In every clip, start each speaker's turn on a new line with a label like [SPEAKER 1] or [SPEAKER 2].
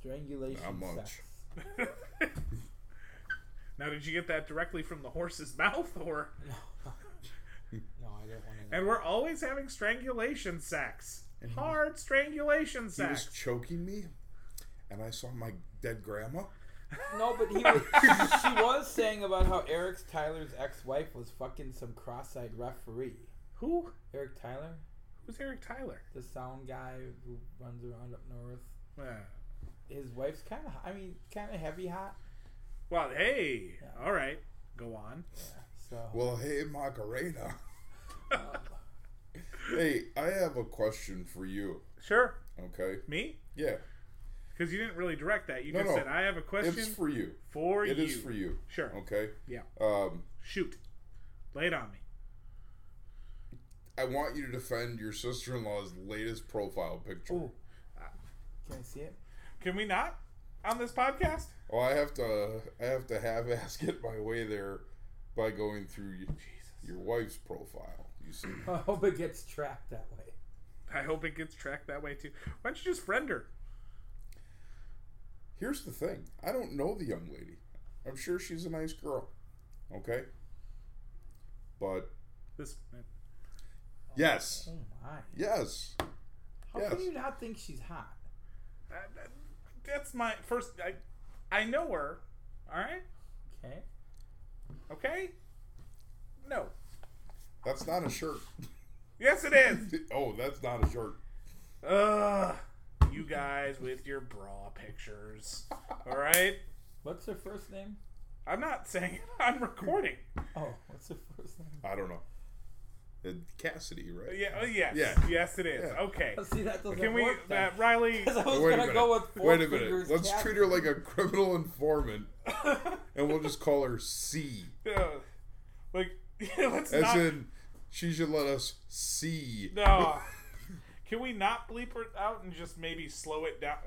[SPEAKER 1] Strangulation
[SPEAKER 2] Not much.
[SPEAKER 1] sex.
[SPEAKER 3] now, did you get that directly from the horse's mouth, or?
[SPEAKER 1] No, no, no, I don't want to know.
[SPEAKER 3] And we're always having strangulation sex.
[SPEAKER 2] And he was-
[SPEAKER 3] Hard strangulation
[SPEAKER 2] He was
[SPEAKER 3] sex.
[SPEAKER 2] choking me, and I saw my dead grandma.
[SPEAKER 1] No, but he was, she, she was saying about how Eric Tyler's ex-wife was fucking some cross-eyed referee.
[SPEAKER 3] Who?
[SPEAKER 1] Eric Tyler,
[SPEAKER 3] Who's Eric Tyler?
[SPEAKER 1] the sound guy who runs around up north.
[SPEAKER 3] Uh,
[SPEAKER 1] His wife's kind of, I mean, kind of heavy hot.
[SPEAKER 3] well, hey.
[SPEAKER 1] Yeah.
[SPEAKER 3] All right. Go on.
[SPEAKER 1] So
[SPEAKER 2] Well, hey, Macarena. hey, I have a question for you.
[SPEAKER 3] Sure.
[SPEAKER 2] Okay.
[SPEAKER 3] Me?
[SPEAKER 2] Yeah,
[SPEAKER 3] Because you didn't really direct that. You
[SPEAKER 2] No,
[SPEAKER 3] just
[SPEAKER 2] no.
[SPEAKER 3] said, I have a question
[SPEAKER 2] it's for you.
[SPEAKER 3] for
[SPEAKER 2] It
[SPEAKER 3] you.
[SPEAKER 2] is Oh. for you.
[SPEAKER 3] Sure.
[SPEAKER 2] Okay.
[SPEAKER 3] Yeah.
[SPEAKER 2] Um,
[SPEAKER 3] Shoot. Lay it on me.
[SPEAKER 2] I want you to defend your sister-in-law's latest profile picture.
[SPEAKER 1] Ooh. can I see it?
[SPEAKER 3] Can we not on this podcast?
[SPEAKER 2] Well, I have to, I have to have ass get my way there by going through y- your wife's profile. You see,
[SPEAKER 1] I hope it gets tracked that way.
[SPEAKER 3] I hope it gets tracked that way too. Why don't you just friend her?
[SPEAKER 2] here's the thing: I don't know the young lady. I'm sure she's a nice girl. Okay. But
[SPEAKER 3] This
[SPEAKER 2] yes,
[SPEAKER 1] Oh my!
[SPEAKER 2] yes,
[SPEAKER 1] How
[SPEAKER 2] Yes.
[SPEAKER 1] can you not think she's hot?
[SPEAKER 3] I, I- that's my first. I I know her. All right.
[SPEAKER 1] Okay.
[SPEAKER 3] Okay. No.
[SPEAKER 2] that's not a shirt.
[SPEAKER 3] Yes, it is.
[SPEAKER 2] oh, that's not a shirt.
[SPEAKER 3] Ugh. You guys with your bra pictures. All right.
[SPEAKER 1] What's her first name?
[SPEAKER 3] I'm not saying I'm recording.
[SPEAKER 1] Oh, what's her first name?
[SPEAKER 2] I don't know. Uh, Cassidy, right?
[SPEAKER 3] Yeah. oh, Yes.
[SPEAKER 2] Yeah.
[SPEAKER 3] Yes, it is.
[SPEAKER 2] Yeah.
[SPEAKER 3] Okay.
[SPEAKER 1] See, that doesn't
[SPEAKER 3] Can we,
[SPEAKER 1] work. then.
[SPEAKER 3] uh, Riley?
[SPEAKER 1] 'Cause I was
[SPEAKER 2] Wait a
[SPEAKER 1] gonna
[SPEAKER 2] minute.
[SPEAKER 1] go with four
[SPEAKER 2] Wait a
[SPEAKER 1] fingers
[SPEAKER 2] minute. Let's
[SPEAKER 1] cat-
[SPEAKER 2] treat her like a criminal informant, and we'll just call her C.
[SPEAKER 3] uh, like, let's
[SPEAKER 2] As
[SPEAKER 3] not.
[SPEAKER 2] in, she should let us see.
[SPEAKER 3] No. Can we not bleep it out and just maybe slow it down?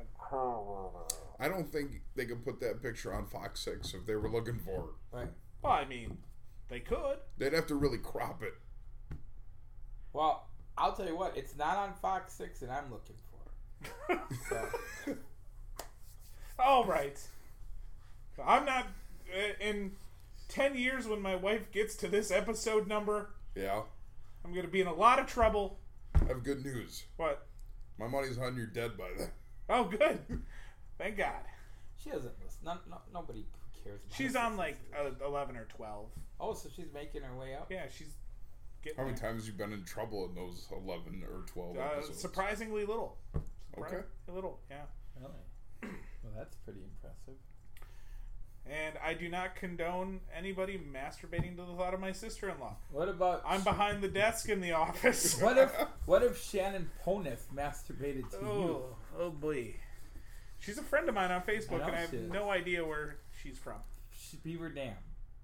[SPEAKER 2] I don't think they could put that picture on Fox Six if they were looking for her.
[SPEAKER 1] Right.
[SPEAKER 3] Well, I mean, they could.
[SPEAKER 2] They'd have to really crop it.
[SPEAKER 1] Well, I'll tell you what. It's not on Fox Six, and I'm looking for. it. So,
[SPEAKER 3] All right. I'm not. uh, In 10 years, when my wife gets to this episode number,
[SPEAKER 2] Yeah.
[SPEAKER 3] I'm going to be in a lot of trouble.
[SPEAKER 2] I have good news.
[SPEAKER 3] But,
[SPEAKER 2] My money's on you're dead by then.
[SPEAKER 3] oh, good. Thank God.
[SPEAKER 1] she doesn't listen. No, no, nobody cares. About
[SPEAKER 3] She's
[SPEAKER 1] her
[SPEAKER 3] on
[SPEAKER 1] sister.
[SPEAKER 3] like uh, 11 or 12.
[SPEAKER 1] Oh, so she's making her way up.
[SPEAKER 3] Yeah, she's getting. uh,
[SPEAKER 2] How many
[SPEAKER 3] there.
[SPEAKER 2] times have you been in trouble in those eleven or twelve
[SPEAKER 3] Uh,
[SPEAKER 2] episodes?
[SPEAKER 3] surprisingly little.
[SPEAKER 2] Okay.
[SPEAKER 3] A little, yeah.
[SPEAKER 1] Really? Well, that's pretty impressive.
[SPEAKER 3] And I do not condone anybody masturbating to the thought of my sister in law.
[SPEAKER 1] What about?
[SPEAKER 3] I'm behind the desk in the office.
[SPEAKER 1] What if? What if Shannon Poneth masturbated to you?
[SPEAKER 3] Oh, oh boy. She's a friend of mine on Facebook,
[SPEAKER 1] I know
[SPEAKER 3] and I have
[SPEAKER 1] she is.
[SPEAKER 3] no idea where she's from.
[SPEAKER 1] Sh- Beaver Dam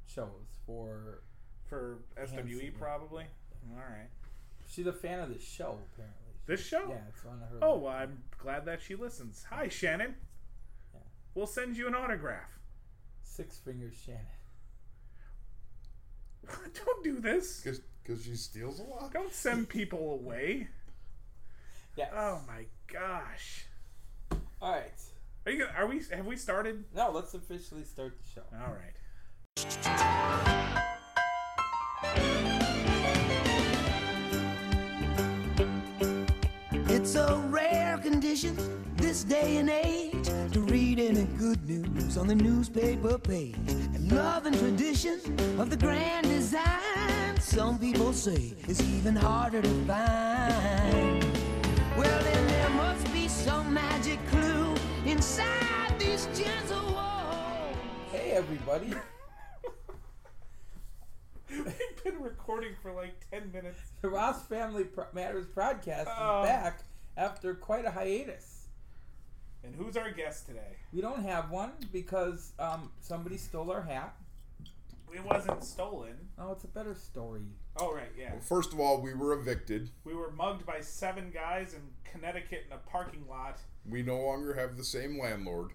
[SPEAKER 1] shows for.
[SPEAKER 3] For SWE,
[SPEAKER 1] Handsome.
[SPEAKER 3] probably. All right.
[SPEAKER 1] She's a fan of the show, apparently.
[SPEAKER 3] This show?
[SPEAKER 1] Yeah, it's one of her.
[SPEAKER 3] Oh, well, I'm glad that she listens. Hi, Shannon.
[SPEAKER 1] Yeah.
[SPEAKER 3] We'll send you an autograph.
[SPEAKER 1] Six fingers Shannon.
[SPEAKER 3] Don't do this.
[SPEAKER 2] Because she steals a lot.
[SPEAKER 3] Don't send people away.
[SPEAKER 1] Yeah.
[SPEAKER 3] Oh my gosh.
[SPEAKER 1] All right.
[SPEAKER 3] Are you? Gonna, are we? Have we started?
[SPEAKER 1] Now let's officially start the show.
[SPEAKER 3] All right.
[SPEAKER 4] It's a rare condition this day and age to read any good news on the newspaper page. And love and tradition of the grand design, some people say, is even harder to find. Well, then there must be some magic clue inside these gentle walls.
[SPEAKER 1] Hey, everybody.
[SPEAKER 3] We've been recording for like ten minutes.
[SPEAKER 1] The Ross Family Pro- Matters podcast
[SPEAKER 3] Oh.
[SPEAKER 1] is back after quite a hiatus.
[SPEAKER 3] And who's our guest today?
[SPEAKER 1] We don't have one because um, somebody stole our hat.
[SPEAKER 3] It wasn't stolen.
[SPEAKER 1] Oh, it's a better story.
[SPEAKER 3] Oh right, yeah.
[SPEAKER 2] First of all, we were evicted.
[SPEAKER 3] We were mugged by seven guys in Connecticut in a parking lot.
[SPEAKER 2] We no longer have the same landlord.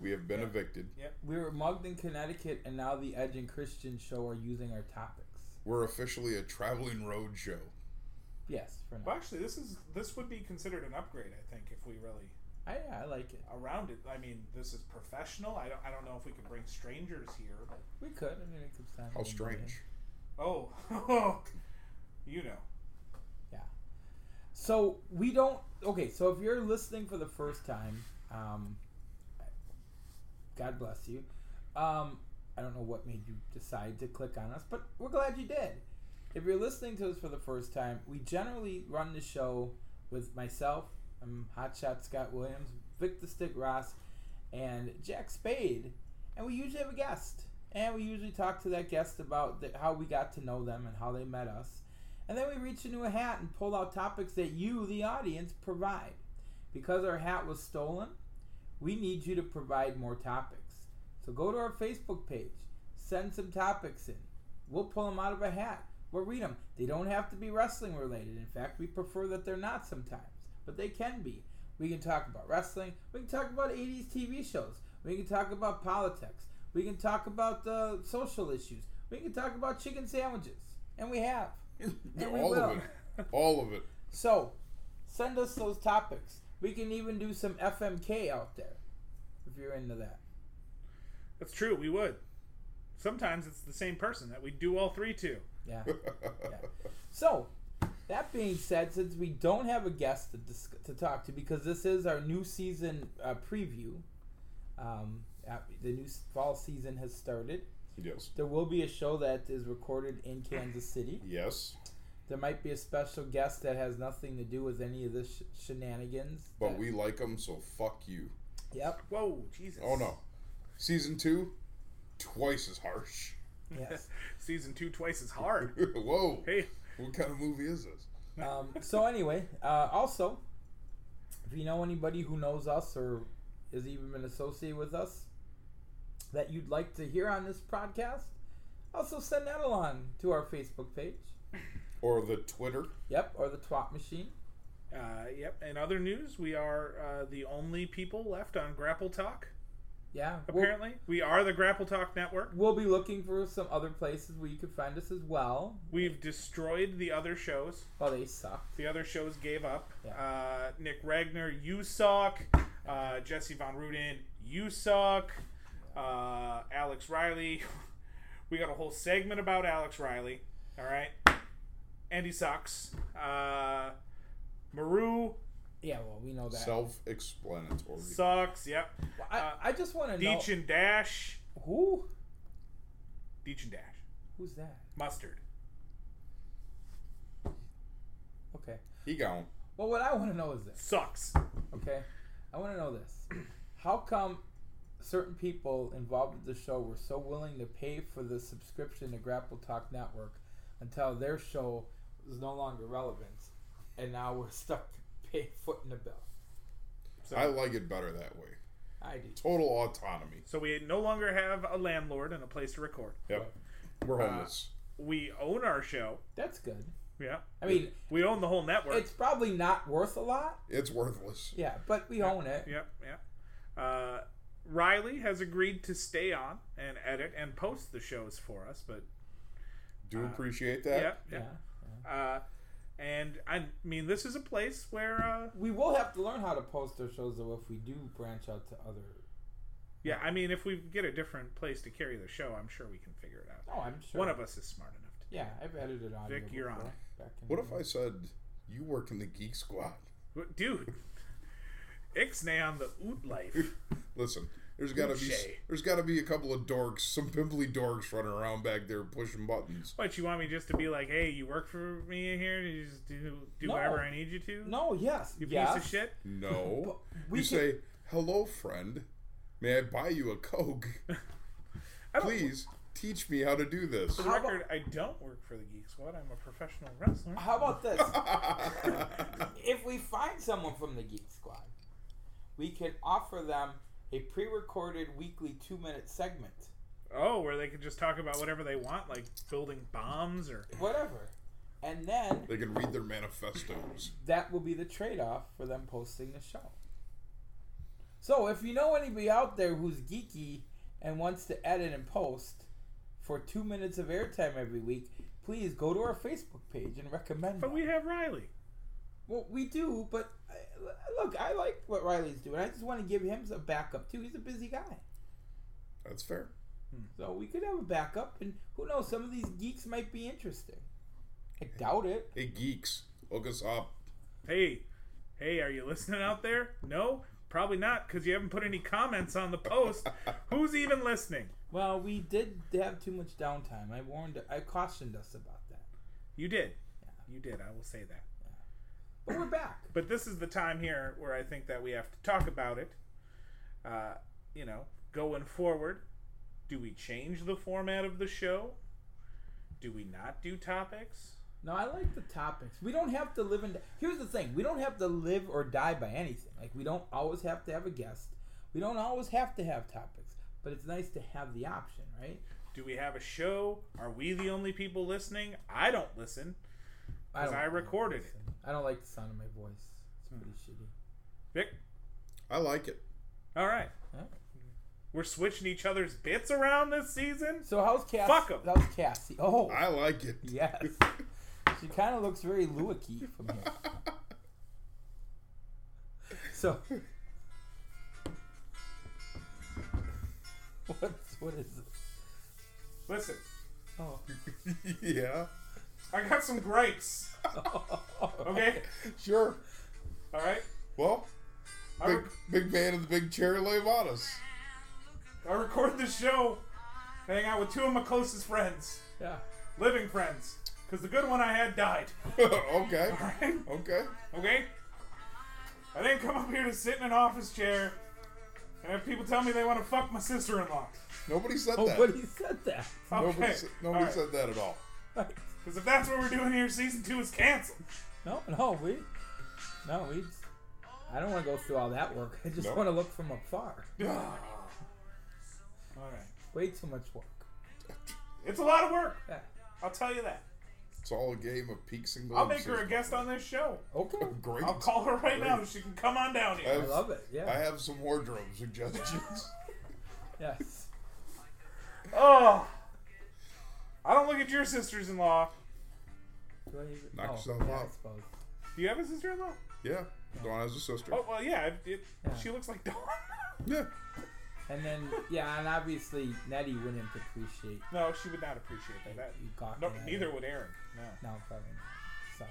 [SPEAKER 2] We have been evicted.
[SPEAKER 1] We were mugged in Connecticut, and now the Edge and Christian show are using our topics.
[SPEAKER 2] We're officially a traveling road show.
[SPEAKER 1] Yes, for now.
[SPEAKER 3] Well, actually, this is this would be considered an upgrade, I think, if we really
[SPEAKER 1] I, yeah, I like it.
[SPEAKER 3] around it. I mean, this is professional. I don't, I don't know if we could bring strangers here. But,
[SPEAKER 1] We could. I mean, it could sound.
[SPEAKER 2] How strange.
[SPEAKER 3] oh, you know.
[SPEAKER 1] So we don't. Okay, so if you're listening for the first time, um, God bless you. Um, I don't know what made you decide to click on us, but we're glad you did. If you're listening to us for the first time, we generally run the show with myself, um, Hotshot Scott Williams, Vic the Stick Ross, and Jack Spade, and we usually have a guest, and we usually talk to that guest about the, how we got to know them and how they met us. And then we reach into a hat and pull out topics that you, the audience, provide. Because our hat was stolen, we need you to provide more topics. So go to our Facebook page, send some topics in. We'll pull them out of a hat. We'll read them. They don't have to be wrestling related. In fact, we prefer that they're not sometimes, but they can be. We can talk about wrestling. We can talk about 80s TV shows. We can talk about politics. We can talk about uh, social issues. We can talk about chicken sandwiches. And we have. we
[SPEAKER 2] All
[SPEAKER 1] will.
[SPEAKER 2] of it. All of it.
[SPEAKER 1] So, send us those topics. We can even do some FMK out there if you're into that.
[SPEAKER 3] That's true. We would. Sometimes it's the same person that we do all three to.
[SPEAKER 1] Yeah. So, that being said, since we don't have a guest to dis- to talk to because this is our new season uh, preview, um, uh, the new s- fall season has started.
[SPEAKER 2] yes.
[SPEAKER 1] There will be a show that is recorded in Kansas City.
[SPEAKER 2] Yes.
[SPEAKER 1] There might be a special guest that has nothing to do with any of this sh- shenanigans.
[SPEAKER 2] But
[SPEAKER 1] that-
[SPEAKER 2] we like them, so fuck you.
[SPEAKER 1] Yep.
[SPEAKER 3] Whoa, Jesus.
[SPEAKER 2] Oh no. Season two, twice as harsh.
[SPEAKER 1] Yes.
[SPEAKER 3] Season two twice as hard.
[SPEAKER 2] Whoa.
[SPEAKER 3] hey,
[SPEAKER 2] What kind of movie is this?
[SPEAKER 1] um, so anyway, uh, also, if you know anybody who knows us or has even been associated with us that you'd like to hear on this podcast, also send that along to our Facebook page.
[SPEAKER 2] Or the Twitter?
[SPEAKER 1] Yep, or the Twat Machine.
[SPEAKER 3] Uh, yep. In other news, we are uh, the only people left on Grapple Talk.
[SPEAKER 1] Yeah, we'll,
[SPEAKER 3] Apparently, we are the Grapple Talk Network.
[SPEAKER 1] we'll be looking for some other places where you could find us as well.
[SPEAKER 3] We've destroyed the other shows.
[SPEAKER 1] Well, they sucked.
[SPEAKER 3] The other shows gave up.
[SPEAKER 1] Yeah.
[SPEAKER 3] Uh, Nick Ragnar, you suck. Uh, Jesse Von Rudin, you suck. Uh, Alex Riley, we got a whole segment about Alex Riley. All right. Andy sucks. Uh, Maru
[SPEAKER 1] Yeah, well, we know that.
[SPEAKER 2] Self explanatory.
[SPEAKER 3] sucks. Yep.
[SPEAKER 1] I,
[SPEAKER 3] uh,
[SPEAKER 1] I just want to know
[SPEAKER 3] Deech and Dash.
[SPEAKER 1] who
[SPEAKER 3] Deech and Dash.
[SPEAKER 1] who's that?
[SPEAKER 3] Mustard.
[SPEAKER 1] Okay.
[SPEAKER 2] He gone.
[SPEAKER 1] Well, what I want to know is this.
[SPEAKER 3] Sucks.
[SPEAKER 1] Okay, I want to know this. How come certain people involved with the show were so willing to pay for the subscription to Grapple Talk Network until their show was no longer relevant, and now we're stuck to pay foot in the bill?
[SPEAKER 3] So,
[SPEAKER 2] I like it better that way.
[SPEAKER 1] I do.
[SPEAKER 2] Total autonomy.
[SPEAKER 3] so we no longer have a landlord and a place to record.
[SPEAKER 2] Yep. We're homeless.
[SPEAKER 3] We own our show.
[SPEAKER 1] That's good.
[SPEAKER 3] Yeah.
[SPEAKER 1] I mean,
[SPEAKER 3] We own the whole network.
[SPEAKER 1] it's probably not worth a lot.
[SPEAKER 2] it's worthless.
[SPEAKER 1] Yeah, but we own it.
[SPEAKER 3] Yep, yep. Uh, Riley has agreed to stay on and edit and post the shows for us, but
[SPEAKER 2] Do appreciate that.
[SPEAKER 3] yep,
[SPEAKER 1] Yeah.
[SPEAKER 3] yep. Uh, and I mean, this is a place where, uh,
[SPEAKER 1] We will have to learn how to post our shows though if we do branch out to other.
[SPEAKER 3] yeah, I mean, if we get a different place to carry the show, I'm sure we can figure it out.
[SPEAKER 1] Oh, I'm sure.
[SPEAKER 3] One of us is smart enough to.
[SPEAKER 1] Yeah, I've edited audio.
[SPEAKER 3] Vic, you're
[SPEAKER 1] before,
[SPEAKER 3] on
[SPEAKER 1] back in
[SPEAKER 2] What
[SPEAKER 1] the
[SPEAKER 2] if I said you work in the Geek Squad?
[SPEAKER 3] What- Dude, Ixnay on the Oot Life.
[SPEAKER 2] Listen, there's got to be
[SPEAKER 3] Touche.
[SPEAKER 2] there's got to be a couple of dorks, some pimply dorks running around back there pushing buttons.
[SPEAKER 3] What, you want me just to be like, hey, you work for me in here? You just do, do
[SPEAKER 1] No.
[SPEAKER 3] whatever I need you to?
[SPEAKER 1] No, yes,
[SPEAKER 3] You
[SPEAKER 1] yes.
[SPEAKER 3] piece of shit?
[SPEAKER 2] No,
[SPEAKER 1] we
[SPEAKER 2] you
[SPEAKER 1] can-
[SPEAKER 2] say hello, friend. May I buy you a coke?
[SPEAKER 3] I don't-
[SPEAKER 2] Please teach me how to do this.
[SPEAKER 3] For the
[SPEAKER 1] How about-
[SPEAKER 3] record, I don't work for the Geek Squad. I'm a professional wrestler.
[SPEAKER 1] How about this? if we find someone from the Geek Squad, we can offer them a pre-recorded weekly two-minute segment,
[SPEAKER 3] Oh, where they can just talk about whatever they want, like building bombs or
[SPEAKER 1] whatever, and then
[SPEAKER 2] They can read their manifestos.
[SPEAKER 1] that will be the trade-off for them posting the show. So, if you know anybody out there who's geeky and wants to edit and post for two minutes of airtime every week, please go to our Facebook page and recommend.
[SPEAKER 3] But
[SPEAKER 1] them.
[SPEAKER 3] we have Riley.
[SPEAKER 1] Well, we do, but uh, look, I like what Riley's doing. I just want to give him a backup too. He's a busy guy,
[SPEAKER 2] That's fair.
[SPEAKER 1] so we could have a backup. And who knows? Some of these geeks might be interesting. I doubt it.
[SPEAKER 2] Hey, geeks, look us up.
[SPEAKER 3] Hey, hey, are you listening out there? No, probably not, because you haven't put any comments on the post. Who's even listening?
[SPEAKER 1] Well, we did have too much downtime. I warned, I cautioned us about that.
[SPEAKER 3] You did. You did. I will say that.
[SPEAKER 1] But we're back.
[SPEAKER 3] But this is the time here where I think that we have to talk about it. Uh, you know, going forward, do we change the format of the show? Do we not do topics?
[SPEAKER 1] No, I like the topics. We don't have to live and di- here's the thing: we don't have to live or die by anything. Like we don't always have to have a guest. We don't always have to have topics. But it's nice to have the option, right?
[SPEAKER 3] Do we have a show? Are we the only people listening? I don't listen
[SPEAKER 1] I
[SPEAKER 3] because
[SPEAKER 1] don't.
[SPEAKER 3] I recorded it. Hmm.
[SPEAKER 1] I don't like the sound of my voice. It's pretty shitty.
[SPEAKER 3] Vic,
[SPEAKER 2] I like it.
[SPEAKER 3] all right.
[SPEAKER 1] All right.
[SPEAKER 3] We're switching each other's bits around this season.
[SPEAKER 1] So how's Cassie?
[SPEAKER 3] Fuck 'em.
[SPEAKER 1] How's Cassie? Oh,
[SPEAKER 2] I like it.
[SPEAKER 1] yes. she kind of looks very Lewicky from here. So. What's, what is this?
[SPEAKER 3] Listen,
[SPEAKER 1] Oh.
[SPEAKER 2] yeah.
[SPEAKER 3] I got some gripes. Okay,
[SPEAKER 2] Sure.
[SPEAKER 3] all right.
[SPEAKER 2] Well,
[SPEAKER 3] I,
[SPEAKER 2] big,
[SPEAKER 3] rec-
[SPEAKER 2] big man in the big chair lay on us.
[SPEAKER 3] I record this show. I hang out with two of my closest friends,
[SPEAKER 1] Yeah.
[SPEAKER 3] living friends, because the good one I had died.
[SPEAKER 2] okay.
[SPEAKER 3] Alright?
[SPEAKER 2] Okay.
[SPEAKER 3] okay. I didn't come up here to sit in an office chair and have people tell me they want to fuck my sister-in-law.
[SPEAKER 2] Nobody said that.
[SPEAKER 1] Nobody Oh, said that.
[SPEAKER 2] Nobody,
[SPEAKER 3] Okay.
[SPEAKER 2] said, nobody said that at all.
[SPEAKER 1] Right.
[SPEAKER 3] Because if that's what we're doing here, season two is canceled.
[SPEAKER 1] No, no, we, no, we. just- I don't want to go through all that work. I just
[SPEAKER 2] Nope.
[SPEAKER 1] want to look from afar.
[SPEAKER 3] all right.
[SPEAKER 1] Way too much work.
[SPEAKER 3] It's a lot of work.
[SPEAKER 1] Yeah.
[SPEAKER 3] I'll tell you that.
[SPEAKER 2] It's all a game of peaks and glimpses.
[SPEAKER 3] I'll make her a guest on this show.
[SPEAKER 1] Okay.
[SPEAKER 2] Great.
[SPEAKER 3] I'll call her right now. She can come on down
[SPEAKER 2] I
[SPEAKER 3] here.
[SPEAKER 1] I
[SPEAKER 2] have,
[SPEAKER 1] love it.
[SPEAKER 2] I
[SPEAKER 1] Yeah.
[SPEAKER 2] have some wardrobe suggestions.
[SPEAKER 1] Yes.
[SPEAKER 3] Oh, I don't look at your sisters-in-law.
[SPEAKER 1] Do I even-
[SPEAKER 2] Knock
[SPEAKER 1] oh,
[SPEAKER 2] yourself
[SPEAKER 1] yeah, I
[SPEAKER 2] out.
[SPEAKER 1] suppose.
[SPEAKER 3] Do you have a sister-in-law?
[SPEAKER 2] yeah. Dawn has a sister.
[SPEAKER 3] Oh well, yeah. It, it,
[SPEAKER 1] Yeah.
[SPEAKER 3] She looks like Dawn.
[SPEAKER 2] Yeah.
[SPEAKER 1] And then yeah, and obviously Nettie wouldn't appreciate
[SPEAKER 3] no, she would not appreciate that. that
[SPEAKER 1] you gawking.
[SPEAKER 3] no,
[SPEAKER 1] at
[SPEAKER 3] neither
[SPEAKER 1] it.
[SPEAKER 3] would Aaron. No.
[SPEAKER 1] No, probably not. So.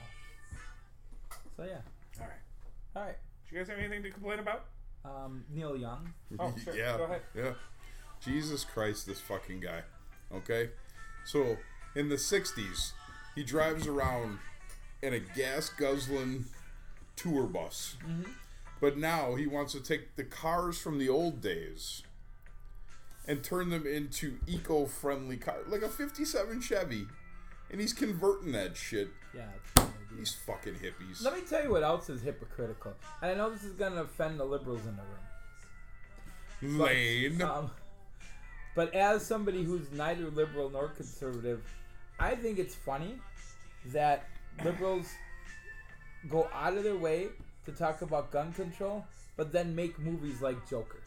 [SPEAKER 1] So yeah.
[SPEAKER 3] All right.
[SPEAKER 1] All right.
[SPEAKER 3] Do you guys have anything to complain about?
[SPEAKER 1] Um, Neil Young.
[SPEAKER 3] Oh, sure.
[SPEAKER 2] yeah.
[SPEAKER 3] Go ahead.
[SPEAKER 2] Yeah. Jesus Christ, this fucking guy. Okay? So, in the 60s, he drives around in a gas guzzling tour bus.
[SPEAKER 3] Mm-hmm.
[SPEAKER 2] But now he wants to take the cars from the old days and turn them into eco friendly cars. Like a 57 Chevy. And he's converting that shit.
[SPEAKER 1] Yeah. That's a good idea.
[SPEAKER 2] These fucking hippies.
[SPEAKER 1] Let me tell you what else is hypocritical, and I know this is gonna offend the liberals in the room.
[SPEAKER 2] Lane.
[SPEAKER 1] Um, but as somebody who's neither liberal nor conservative, I think it's funny that liberals go out of their way to talk about gun control, but then make movies like Joker.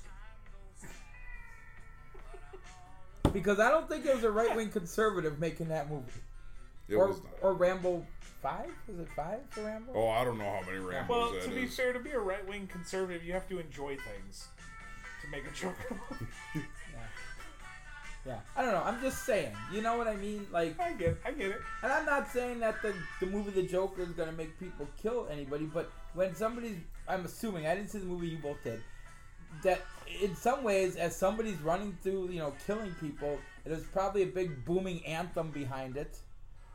[SPEAKER 1] Because I don't think it was a right wing conservative making that movie.
[SPEAKER 2] It
[SPEAKER 1] Or,
[SPEAKER 2] was not.
[SPEAKER 1] or Rambo 5? Was it 5 for Rambo?
[SPEAKER 2] oh, I don't know how many Rambos
[SPEAKER 3] Well,
[SPEAKER 2] that
[SPEAKER 3] to be
[SPEAKER 2] is.
[SPEAKER 3] fair, to be a right-wing conservative, you have to enjoy things to make a joke.
[SPEAKER 1] Yeah. I don't know. I'm just saying. You know what I mean? Like,
[SPEAKER 3] I get, I get it.
[SPEAKER 1] And I'm not saying that the, the movie The Joker is gonna make people kill anybody, but when somebody's, I'm assuming I didn't see the movie you both did, that in some ways, as somebody's running through, you know, killing people, there's probably a big booming anthem behind it.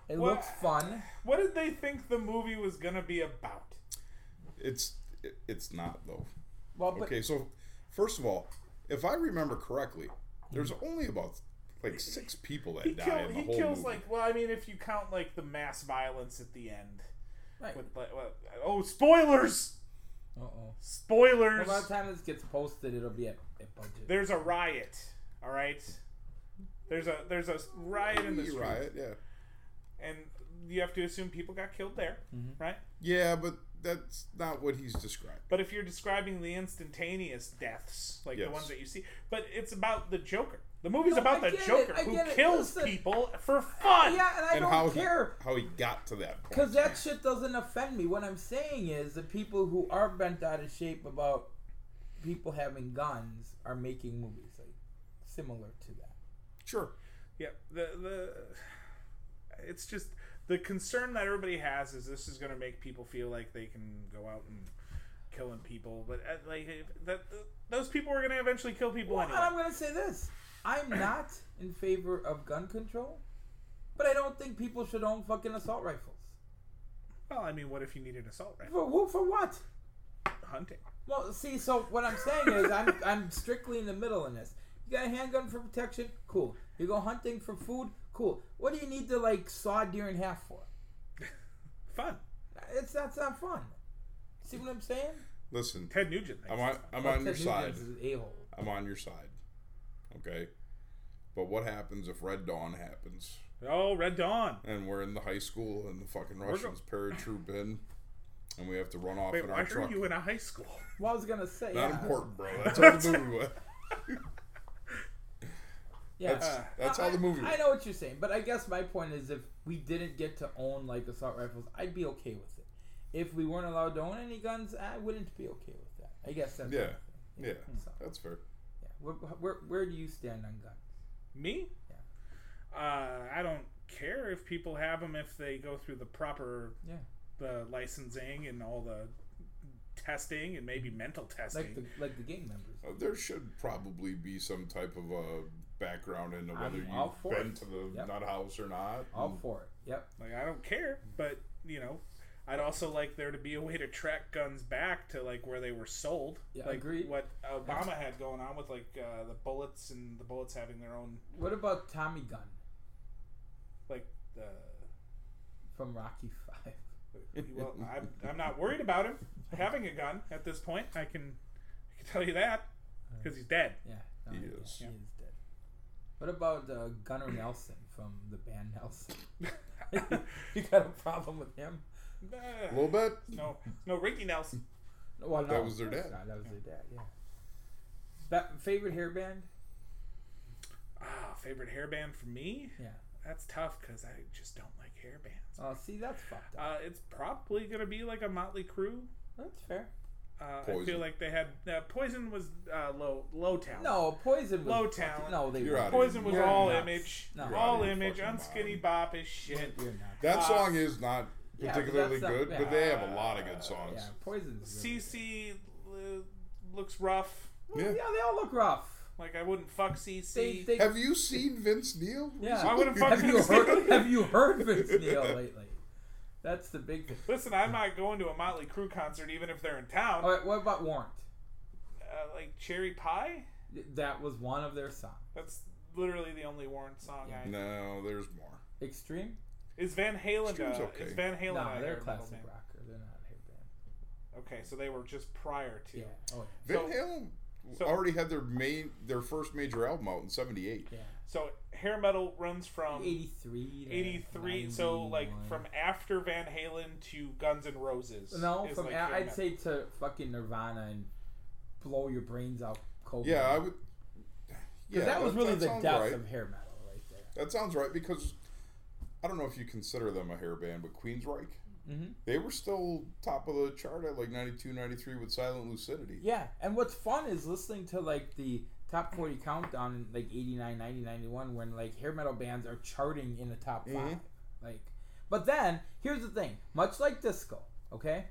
[SPEAKER 1] It
[SPEAKER 3] Well-
[SPEAKER 1] looks fun.
[SPEAKER 3] What did they think the movie was gonna be about?
[SPEAKER 2] It's it- it's not though.
[SPEAKER 1] Well, but
[SPEAKER 2] Okay, so first of all, if I remember correctly, there's only about like six people that
[SPEAKER 3] Hmm. He,
[SPEAKER 2] die
[SPEAKER 3] kill,
[SPEAKER 2] in the
[SPEAKER 3] he
[SPEAKER 2] whole
[SPEAKER 3] kills
[SPEAKER 2] movie.
[SPEAKER 3] like. Well, I mean, if you count like the mass violence at the end.
[SPEAKER 1] right.
[SPEAKER 3] With like, well, oh, spoilers!
[SPEAKER 1] Uh oh.
[SPEAKER 3] Spoilers!
[SPEAKER 1] By the time this gets posted, it'll be at, at budget.
[SPEAKER 3] There's a riot. All right. There's a there's a riot in the
[SPEAKER 2] You're
[SPEAKER 3] street,
[SPEAKER 2] right, yeah,
[SPEAKER 1] Mm-hmm.
[SPEAKER 3] and you have to assume people got killed there, right?
[SPEAKER 2] yeah, but that's not what he's describing.
[SPEAKER 3] But if you're describing the instantaneous deaths, like
[SPEAKER 2] Yes.
[SPEAKER 3] the ones that you see, but it's about the Joker. The movie's
[SPEAKER 1] No,
[SPEAKER 3] about
[SPEAKER 1] I
[SPEAKER 3] the
[SPEAKER 1] get it,
[SPEAKER 3] Joker
[SPEAKER 1] I
[SPEAKER 3] who
[SPEAKER 1] get it.
[SPEAKER 3] kills
[SPEAKER 1] Listen.
[SPEAKER 3] people for fun.
[SPEAKER 1] Yeah, and I
[SPEAKER 2] and
[SPEAKER 1] don't
[SPEAKER 2] how
[SPEAKER 1] care.
[SPEAKER 2] He, how he got to that point.
[SPEAKER 1] Because that shit doesn't offend me. What I'm saying is the people who are bent out of shape about people having guns are making movies like similar to that.
[SPEAKER 2] Sure.
[SPEAKER 3] Yeah, the the it's just the concern that everybody has is this is going to make people feel like they can go out and killing people, but uh, like that those people are going to eventually kill people
[SPEAKER 1] Well, and I'm
[SPEAKER 3] anyway.
[SPEAKER 1] gonna say this: I'm not in favor of gun control, but I don't think people should own fucking assault rifles.
[SPEAKER 3] Well, I mean, what if you need an assault rifle
[SPEAKER 1] For who? For what?
[SPEAKER 3] hunting?
[SPEAKER 1] Well, see, so what I'm saying is I'm I'm strictly in the middle in this. You got a handgun for protection, cool. You go hunting for food, cool. What do you need to like saw a deer in half for?
[SPEAKER 3] Fun.
[SPEAKER 1] It's that's not fun. See what I'm saying?
[SPEAKER 2] Listen,
[SPEAKER 3] Ted Nugent. thinks
[SPEAKER 2] I'm on,
[SPEAKER 3] it's fun.
[SPEAKER 2] I'm on your
[SPEAKER 1] Ted
[SPEAKER 2] side.
[SPEAKER 1] Nugent's an a-hole.
[SPEAKER 2] I'm on your side. Okay? But what happens if Red Dawn happens
[SPEAKER 3] Oh, Red Dawn.
[SPEAKER 2] and we're in the high school and the fucking
[SPEAKER 3] go-
[SPEAKER 2] Russians paratroop in and we have to run off
[SPEAKER 3] Wait,
[SPEAKER 2] in
[SPEAKER 3] why
[SPEAKER 2] our
[SPEAKER 3] are
[SPEAKER 2] truck?
[SPEAKER 3] you in a high school?
[SPEAKER 1] Well, I was gonna say
[SPEAKER 2] Not
[SPEAKER 1] yeah,
[SPEAKER 2] important, bro. That's how the movie went.
[SPEAKER 1] Yeah.
[SPEAKER 2] That's, that's how the movie
[SPEAKER 1] I
[SPEAKER 2] went.
[SPEAKER 1] know what you're saying, but I guess my point is if we didn't get to own like assault rifles, I'd be okay with it. If we weren't allowed to own any guns, I wouldn't be okay with that. I guess that's
[SPEAKER 2] Yeah. Yeah.
[SPEAKER 1] So,
[SPEAKER 2] That's fair.
[SPEAKER 1] yeah. Where, where, where do you stand on guns?
[SPEAKER 3] Me?
[SPEAKER 1] Yeah.
[SPEAKER 3] Uh, I don't care if people have them if they go through the proper
[SPEAKER 1] Yeah.
[SPEAKER 3] the licensing and all the testing and maybe mental testing.
[SPEAKER 1] like the like the gang members.
[SPEAKER 2] Uh, There should probably be some type of a background into whether
[SPEAKER 1] I'm all
[SPEAKER 2] you've
[SPEAKER 1] for
[SPEAKER 2] been
[SPEAKER 1] it.
[SPEAKER 2] to the
[SPEAKER 1] Yep.
[SPEAKER 2] nut house or not.
[SPEAKER 1] All for it. Yep.
[SPEAKER 3] Like I don't care, but you know, I'd also like there to be a way to track guns back to like where they were sold.
[SPEAKER 1] Yeah,
[SPEAKER 3] like
[SPEAKER 1] agreed.
[SPEAKER 3] what Obama had going on with like uh, the bullets and the bullets having their own
[SPEAKER 1] What about Tommy Gun
[SPEAKER 3] like the.
[SPEAKER 1] from Rocky Five?
[SPEAKER 3] Well, I'm, I'm not worried about him having a gun at this point. I can, I can tell you that because he's dead.
[SPEAKER 1] Yeah. no,
[SPEAKER 2] He
[SPEAKER 1] yeah,
[SPEAKER 2] is.
[SPEAKER 1] He is dead. What about uh, Gunnar Nelson from the band Nelson? you got a problem with him?
[SPEAKER 2] A little bit.
[SPEAKER 3] No, no, Ricky Nelson.
[SPEAKER 1] Well, no,
[SPEAKER 2] That was their
[SPEAKER 1] of course
[SPEAKER 2] dad.
[SPEAKER 1] not, That was their dad. Yeah. Ba- favorite hair band?
[SPEAKER 3] Ah, favorite hairband for me?
[SPEAKER 1] Yeah.
[SPEAKER 3] That's tough because I just don't like hairbands.
[SPEAKER 1] Oh, see, that's fucked up.
[SPEAKER 3] Uh, it's probably gonna be like a Motley Crue.
[SPEAKER 1] that's fair.
[SPEAKER 3] Uh, I feel
[SPEAKER 2] Poison.
[SPEAKER 3] like they had uh, Poison was uh, low low talent.
[SPEAKER 1] No, Poison was
[SPEAKER 3] Low
[SPEAKER 1] fucking-
[SPEAKER 3] talent.
[SPEAKER 1] No, they
[SPEAKER 2] You're
[SPEAKER 1] weren't.
[SPEAKER 2] out of
[SPEAKER 3] Poison was
[SPEAKER 1] You're
[SPEAKER 3] all
[SPEAKER 1] nuts.
[SPEAKER 3] image,
[SPEAKER 1] No. You're
[SPEAKER 3] all
[SPEAKER 2] out of your
[SPEAKER 3] image,
[SPEAKER 2] fucking
[SPEAKER 3] unskinny
[SPEAKER 2] mind.
[SPEAKER 3] bop is shit.
[SPEAKER 1] You're nuts.
[SPEAKER 2] That
[SPEAKER 3] Uh,
[SPEAKER 2] song is not
[SPEAKER 1] yeah, but
[SPEAKER 2] particularly
[SPEAKER 1] that's not-
[SPEAKER 2] good,
[SPEAKER 1] yeah.
[SPEAKER 2] but they have a lot of good songs.
[SPEAKER 1] Yeah, Poison's. Really
[SPEAKER 3] CC uh, looks rough.
[SPEAKER 1] yeah.
[SPEAKER 2] Yeah.
[SPEAKER 1] they all look rough.
[SPEAKER 3] Like I wouldn't fuck CC.
[SPEAKER 1] They, they,
[SPEAKER 2] Have you seen Vince Neil?
[SPEAKER 1] yeah.
[SPEAKER 3] I wouldn't fuck
[SPEAKER 1] Have you
[SPEAKER 3] Vince
[SPEAKER 1] heard?
[SPEAKER 3] Neil.
[SPEAKER 1] Have you heard Vince Neil lately? That's the big thing.
[SPEAKER 3] Listen, I'm not going to a Motley Crue concert even if they're in town.
[SPEAKER 1] All right, what about Warrant?
[SPEAKER 3] Uh, like Cherry Pie.
[SPEAKER 1] That was one of their songs.
[SPEAKER 3] That's literally the only Warren song I.
[SPEAKER 2] No, there's more.
[SPEAKER 1] Extreme?
[SPEAKER 3] Is Van Halen?
[SPEAKER 2] Extreme's
[SPEAKER 3] uh,
[SPEAKER 2] okay.
[SPEAKER 3] Is Van Halen?
[SPEAKER 1] No,
[SPEAKER 3] a
[SPEAKER 1] they're
[SPEAKER 3] hair metal
[SPEAKER 1] classic
[SPEAKER 3] band?
[SPEAKER 1] rocker. They're not a hair band.
[SPEAKER 3] Okay, so they were just prior to.
[SPEAKER 1] Yeah. Oh, yeah.
[SPEAKER 2] Van
[SPEAKER 3] So-
[SPEAKER 2] Halen
[SPEAKER 3] so-
[SPEAKER 2] already had their main, their first major album out in '78.
[SPEAKER 1] yeah.
[SPEAKER 3] So hair metal runs from
[SPEAKER 1] 83. to
[SPEAKER 3] 83 Um, so like
[SPEAKER 1] 91.
[SPEAKER 3] from after van halen to guns N' roses
[SPEAKER 1] No,
[SPEAKER 3] is,
[SPEAKER 1] from
[SPEAKER 3] like,
[SPEAKER 1] a-
[SPEAKER 3] hair
[SPEAKER 1] I'd
[SPEAKER 3] metal.
[SPEAKER 1] say to fucking Nirvana and blow your brains out cold.
[SPEAKER 2] Yeah, I would. Yeah,
[SPEAKER 1] that was really the
[SPEAKER 2] sounds
[SPEAKER 1] depth
[SPEAKER 2] right.
[SPEAKER 1] of hair metal right there.
[SPEAKER 2] That sounds right because I don't know if you consider them a hair band, but Queensryche,
[SPEAKER 3] Mm-hmm.
[SPEAKER 1] Mhm.
[SPEAKER 2] they were still top of the chart at like 92, 93 with Silent Lucidity.
[SPEAKER 1] Yeah, and what's fun is listening to like the top 40 countdown in like 89, 90, 91 when like hair metal bands are charting in the top 5.
[SPEAKER 2] Mhm.
[SPEAKER 1] Like but then here's the thing, much like disco, okay?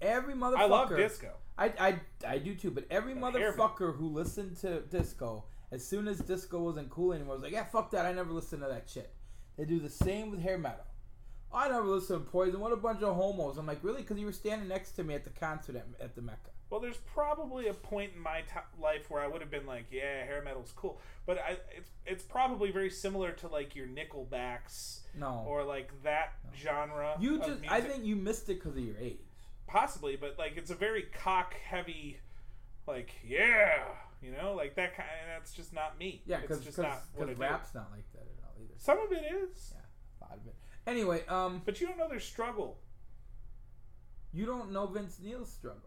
[SPEAKER 1] Every motherfucker
[SPEAKER 3] i love disco
[SPEAKER 1] I, I, I do too, but every
[SPEAKER 3] hair metal.
[SPEAKER 1] motherfucker who listened to disco, as soon as disco wasn't cool anymore, was like, yeah, fuck that, I never listened to that shit. They do the same with hair metal. I never listened to Poison, what a bunch of homos. I'm like, really? Because you were standing next to me at the concert at, at the Mecca.
[SPEAKER 3] well there's probably a point in my to- life where i would have been like yeah hair metal's cool but I, it's it's probably very similar to like your nickelbacks
[SPEAKER 1] No.
[SPEAKER 3] or like that genre
[SPEAKER 1] you
[SPEAKER 3] of
[SPEAKER 1] just,
[SPEAKER 3] music.
[SPEAKER 1] I think you missed it because of your age.
[SPEAKER 3] possibly but like it's a very cock heavy like yeah you know like that kind and that's just not me
[SPEAKER 1] Yeah,
[SPEAKER 3] it's
[SPEAKER 1] because
[SPEAKER 3] just not what I do.
[SPEAKER 1] rap's not like that at all either.
[SPEAKER 3] some of it is
[SPEAKER 1] Yeah, a lot of it. Anyway, um,
[SPEAKER 3] but you don't know their struggle
[SPEAKER 1] You don't know Vince Neil's struggle.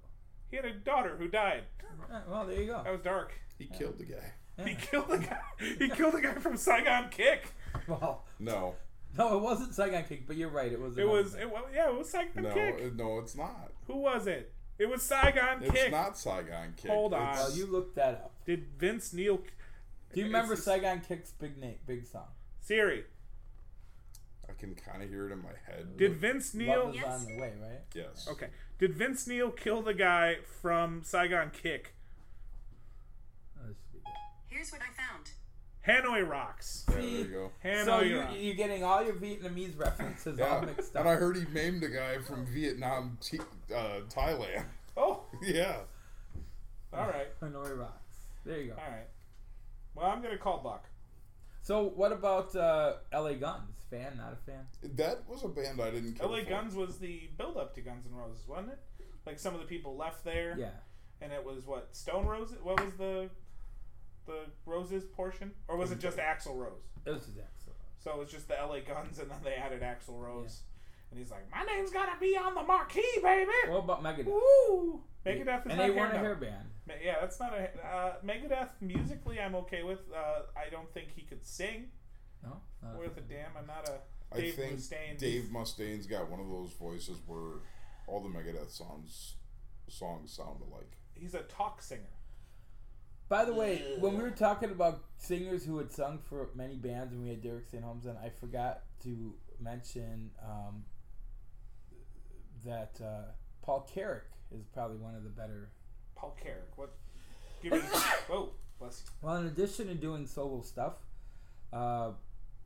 [SPEAKER 3] He had a daughter who died.
[SPEAKER 1] Alright, well, there you go.
[SPEAKER 3] That was dark.
[SPEAKER 2] He killed the guy.
[SPEAKER 3] He killed the guy. He killed the guy from Saigon Kick.
[SPEAKER 1] Well,
[SPEAKER 2] No,
[SPEAKER 1] no, it wasn't Saigon Kick, but you're right. It was.
[SPEAKER 3] It
[SPEAKER 1] another
[SPEAKER 3] was.
[SPEAKER 1] thing.
[SPEAKER 3] It was. Yeah, it was Saigon
[SPEAKER 2] no,
[SPEAKER 3] Kick.
[SPEAKER 2] it- no, it's not.
[SPEAKER 3] Who was it? It was Saigon
[SPEAKER 2] It's
[SPEAKER 3] Kick.
[SPEAKER 2] not Saigon Kick.
[SPEAKER 3] Hold
[SPEAKER 2] It's-
[SPEAKER 3] on.
[SPEAKER 1] Well, you looked that up.
[SPEAKER 3] Did Vince Neil
[SPEAKER 1] Do you
[SPEAKER 3] It's
[SPEAKER 1] remember
[SPEAKER 3] just-
[SPEAKER 1] Saigon Kick's big name, big song?
[SPEAKER 3] Siri?
[SPEAKER 2] I can kind of hear it in my head.
[SPEAKER 3] Did
[SPEAKER 2] but
[SPEAKER 3] Vince
[SPEAKER 1] Love
[SPEAKER 3] Neil?
[SPEAKER 1] is on
[SPEAKER 5] Yes.
[SPEAKER 1] the way, right?
[SPEAKER 2] yes.
[SPEAKER 3] Okay. Did Vince Neil kill the guy from Saigon Kick?
[SPEAKER 1] Oh, this should be good.
[SPEAKER 5] Here's what I found.
[SPEAKER 3] Hanoi Rocks.
[SPEAKER 2] Yeah, there you go.
[SPEAKER 3] Hanoi
[SPEAKER 1] So you,
[SPEAKER 3] Rocks.
[SPEAKER 1] you're getting all your Vietnamese references all
[SPEAKER 2] Yeah.
[SPEAKER 1] mixed up.
[SPEAKER 2] And I heard he maimed a guy from Vietnam, T- uh, Thailand.
[SPEAKER 3] Oh,
[SPEAKER 2] yeah.
[SPEAKER 3] all right,
[SPEAKER 1] Hanoi rocks. There you go.
[SPEAKER 3] all right. Well, I'm gonna call Buck.
[SPEAKER 1] So what about uh, L.A. Guns? Fan, not a fan.
[SPEAKER 2] That was a band I didn't care
[SPEAKER 3] LA
[SPEAKER 2] for.
[SPEAKER 3] Guns was the build up to Guns N' Roses, wasn't it? Like some of the people left there,
[SPEAKER 1] Yeah.
[SPEAKER 3] and it was what Stone Roses. What was the the Roses portion, or was it just Axl Rose?
[SPEAKER 1] It was just excellent.
[SPEAKER 3] So it was just the LA Guns, and then they added Axl Rose, and he's like, "My name's gotta be on the marquee, baby."
[SPEAKER 1] What about Megadeth?
[SPEAKER 3] Woo! Megadeth is
[SPEAKER 1] and
[SPEAKER 3] not
[SPEAKER 1] they weren't a hair
[SPEAKER 3] hair metal.
[SPEAKER 1] band.
[SPEAKER 3] Ma- Yeah, that's not a uh, Megadeth. Musically, I'm okay with. Uh, I don't think he could sing
[SPEAKER 1] No. Not
[SPEAKER 3] worth a damn. I'm not a
[SPEAKER 2] I
[SPEAKER 3] Dave
[SPEAKER 2] think
[SPEAKER 3] Mustaine.
[SPEAKER 2] Dave Mustaine's got one of those voices where all the Megadeth songs songs sound alike.
[SPEAKER 3] He's a talk singer.
[SPEAKER 1] By the way, when we were talking about singers who had sung for many bands, and we had Derek St. Holmes, and I forgot to mention um, that uh, Paul Carrick is probably one of the better.
[SPEAKER 3] Paul Carrick. What? Give me. Whoa, bless you.
[SPEAKER 1] Well, in addition to doing solo stuff, uh,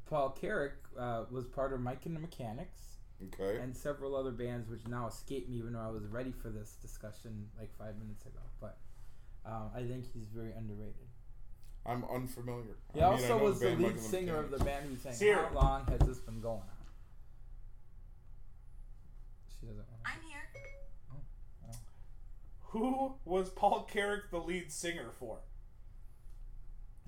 [SPEAKER 1] Paul Carrick uh, was part of Mike and the Mechanics
[SPEAKER 2] Okay.
[SPEAKER 1] and several other bands, which now escape me, even though I was ready for this discussion like five minutes ago. But um, I think he's very underrated.
[SPEAKER 2] I'm unfamiliar.
[SPEAKER 1] He
[SPEAKER 2] I mean, I
[SPEAKER 1] also
[SPEAKER 2] know
[SPEAKER 1] was the
[SPEAKER 2] band
[SPEAKER 1] lead
[SPEAKER 2] Michael and
[SPEAKER 1] singer of the
[SPEAKER 2] Mechanics.
[SPEAKER 1] band who sang
[SPEAKER 3] Sierra.
[SPEAKER 1] How Long Has This Been Going On? She doesn't want to.
[SPEAKER 5] I'm here.
[SPEAKER 3] Who was Paul Carrick the lead singer for?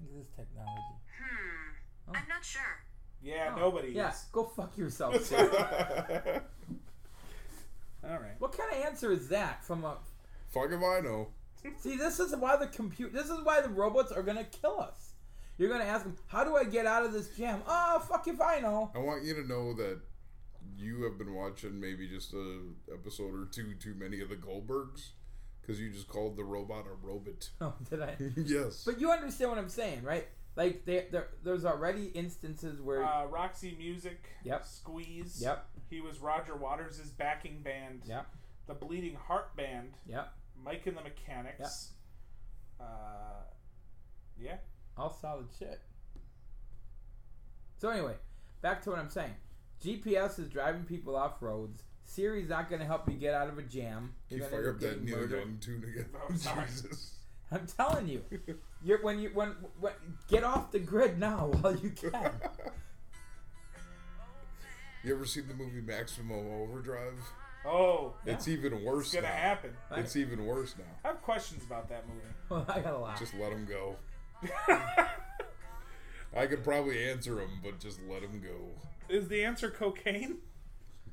[SPEAKER 1] Look at this technology.
[SPEAKER 5] Hmm. I'm not sure.
[SPEAKER 3] Yeah,
[SPEAKER 1] Oh,
[SPEAKER 3] nobody
[SPEAKER 1] Yeah,
[SPEAKER 3] is.
[SPEAKER 1] go fuck yourself, Sierra.
[SPEAKER 3] All right.
[SPEAKER 1] what kind of answer is that from a.
[SPEAKER 2] Fuck if I know.
[SPEAKER 1] See, this is why the computer. This is why the robots are going to kill us. You're going to ask them, how do I get out of this jam? Oh, fuck if I know.
[SPEAKER 2] I want you to know that you have been watching maybe just a episode or two too many of the Goldbergs because you just called the robot a robot.
[SPEAKER 1] Oh, did I?
[SPEAKER 2] yes.
[SPEAKER 1] But you understand what I'm saying, right? Like, they, there- there's already instances where.
[SPEAKER 3] Uh, Roxy Music.
[SPEAKER 1] Yep.
[SPEAKER 3] Squeeze.
[SPEAKER 1] yep,
[SPEAKER 3] He was Roger Waters' backing band.
[SPEAKER 1] yep,
[SPEAKER 3] The Bleeding Heart Band.
[SPEAKER 1] yep.
[SPEAKER 3] Mike and the Mechanics. Uh, yeah.
[SPEAKER 1] All solid shit. So anyway, back to what I'm saying. GPS is driving people off roads. Siri's not going to help you get out of a jam.
[SPEAKER 2] You
[SPEAKER 1] You're gonna end
[SPEAKER 2] fire up
[SPEAKER 1] up
[SPEAKER 2] that
[SPEAKER 1] getting
[SPEAKER 2] Neil
[SPEAKER 1] murdered.
[SPEAKER 2] Young tune again.
[SPEAKER 3] Oh, sorry.
[SPEAKER 2] Jesus.
[SPEAKER 1] I'm telling you, you're when you when, when get off the grid now while you can.
[SPEAKER 2] You ever seen the movie Maximum Overdrive?
[SPEAKER 3] Oh,
[SPEAKER 2] It's even worse
[SPEAKER 3] it's gonna
[SPEAKER 2] now.
[SPEAKER 3] happen.
[SPEAKER 2] It's even worse now.
[SPEAKER 3] I have questions about that movie.
[SPEAKER 1] well, I got a lot.
[SPEAKER 2] Just let him go. I could probably answer him, but just let him go.
[SPEAKER 3] Is the answer cocaine?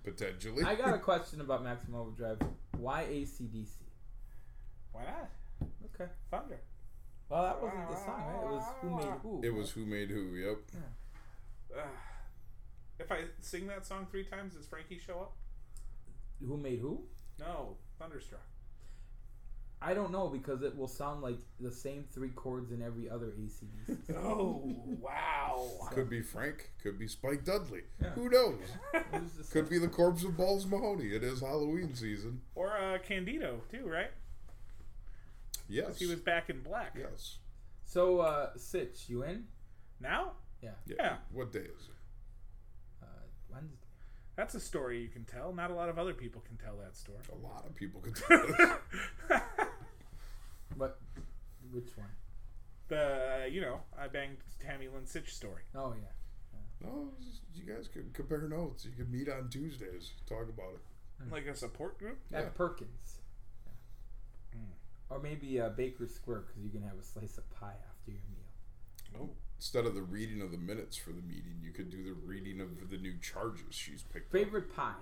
[SPEAKER 2] Potentially.
[SPEAKER 1] I got a question about Maximum Overdrive. Why ACDC?
[SPEAKER 3] Why not?
[SPEAKER 1] Okay.
[SPEAKER 3] Thunder.
[SPEAKER 1] Well, that wasn't the song, right? It was Who Made Who.
[SPEAKER 2] It was who made who. Yep.
[SPEAKER 3] Ugh. if I sing that song three times, does Frankie show up?
[SPEAKER 1] Who Made Who?
[SPEAKER 3] No, Thunderstruck.
[SPEAKER 1] I don't know because it will sound like the same three chords in every other ACDC. song.
[SPEAKER 3] Oh, wow.
[SPEAKER 2] Could be Frank. Could be Spike Dudley. Who knows?
[SPEAKER 1] It was just-
[SPEAKER 2] Could be the corpse of Balls Mahoney. It is Halloween season.
[SPEAKER 3] Or uh, Candido, too, right?
[SPEAKER 2] Yes.
[SPEAKER 3] He was back in black.
[SPEAKER 2] Yes.
[SPEAKER 1] So, uh, Sitch, you in?
[SPEAKER 3] Now?
[SPEAKER 1] Yeah.
[SPEAKER 3] Yeah.
[SPEAKER 2] What day is it?
[SPEAKER 1] Uh, Wednesday.
[SPEAKER 3] That's a story you can tell. Not a lot of other people can tell that story.
[SPEAKER 2] A lot of people could tell us.
[SPEAKER 1] What? Which one?
[SPEAKER 3] The, uh, you know, I banged Tammy Lynn Sitch story.
[SPEAKER 1] Oh yeah.
[SPEAKER 2] no, it's just- you guys could compare notes. You could meet on Tuesdays. Talk about it.
[SPEAKER 3] Like a support group?
[SPEAKER 1] At
[SPEAKER 2] Yeah.
[SPEAKER 1] Perkins. Mm. Or maybe uh, Baker Square because you can have a slice of pie after your meal.
[SPEAKER 2] Oh. Instead of the reading of the minutes for the meeting, you could do the reading of the new charges she's picked. up.
[SPEAKER 1] Favorite pie?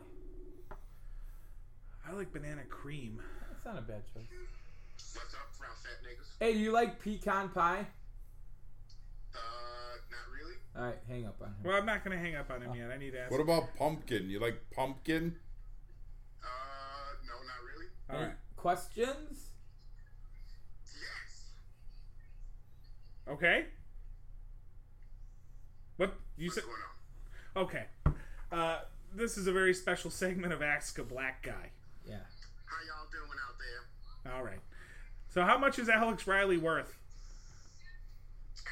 [SPEAKER 3] I like banana cream.
[SPEAKER 1] That's not a bad choice.
[SPEAKER 6] What's up, Ralph Fat Niggas?
[SPEAKER 1] Hey, do you like pecan pie?
[SPEAKER 6] Uh, not really.
[SPEAKER 1] All right, hang up on him.
[SPEAKER 3] Well, I'm not gonna hang up on him yet. I need to ask.
[SPEAKER 2] What about pumpkin? You like pumpkin?
[SPEAKER 6] Uh, no, not really.
[SPEAKER 3] All right.
[SPEAKER 1] Questions?
[SPEAKER 6] Yes.
[SPEAKER 3] Okay. What you said?
[SPEAKER 6] What's going on?
[SPEAKER 3] Okay. Uh, this is a very special segment of Ask a Black Guy.
[SPEAKER 1] Yeah.
[SPEAKER 6] How y'all doing out there?
[SPEAKER 3] All right. So how much is Alex Riley worth?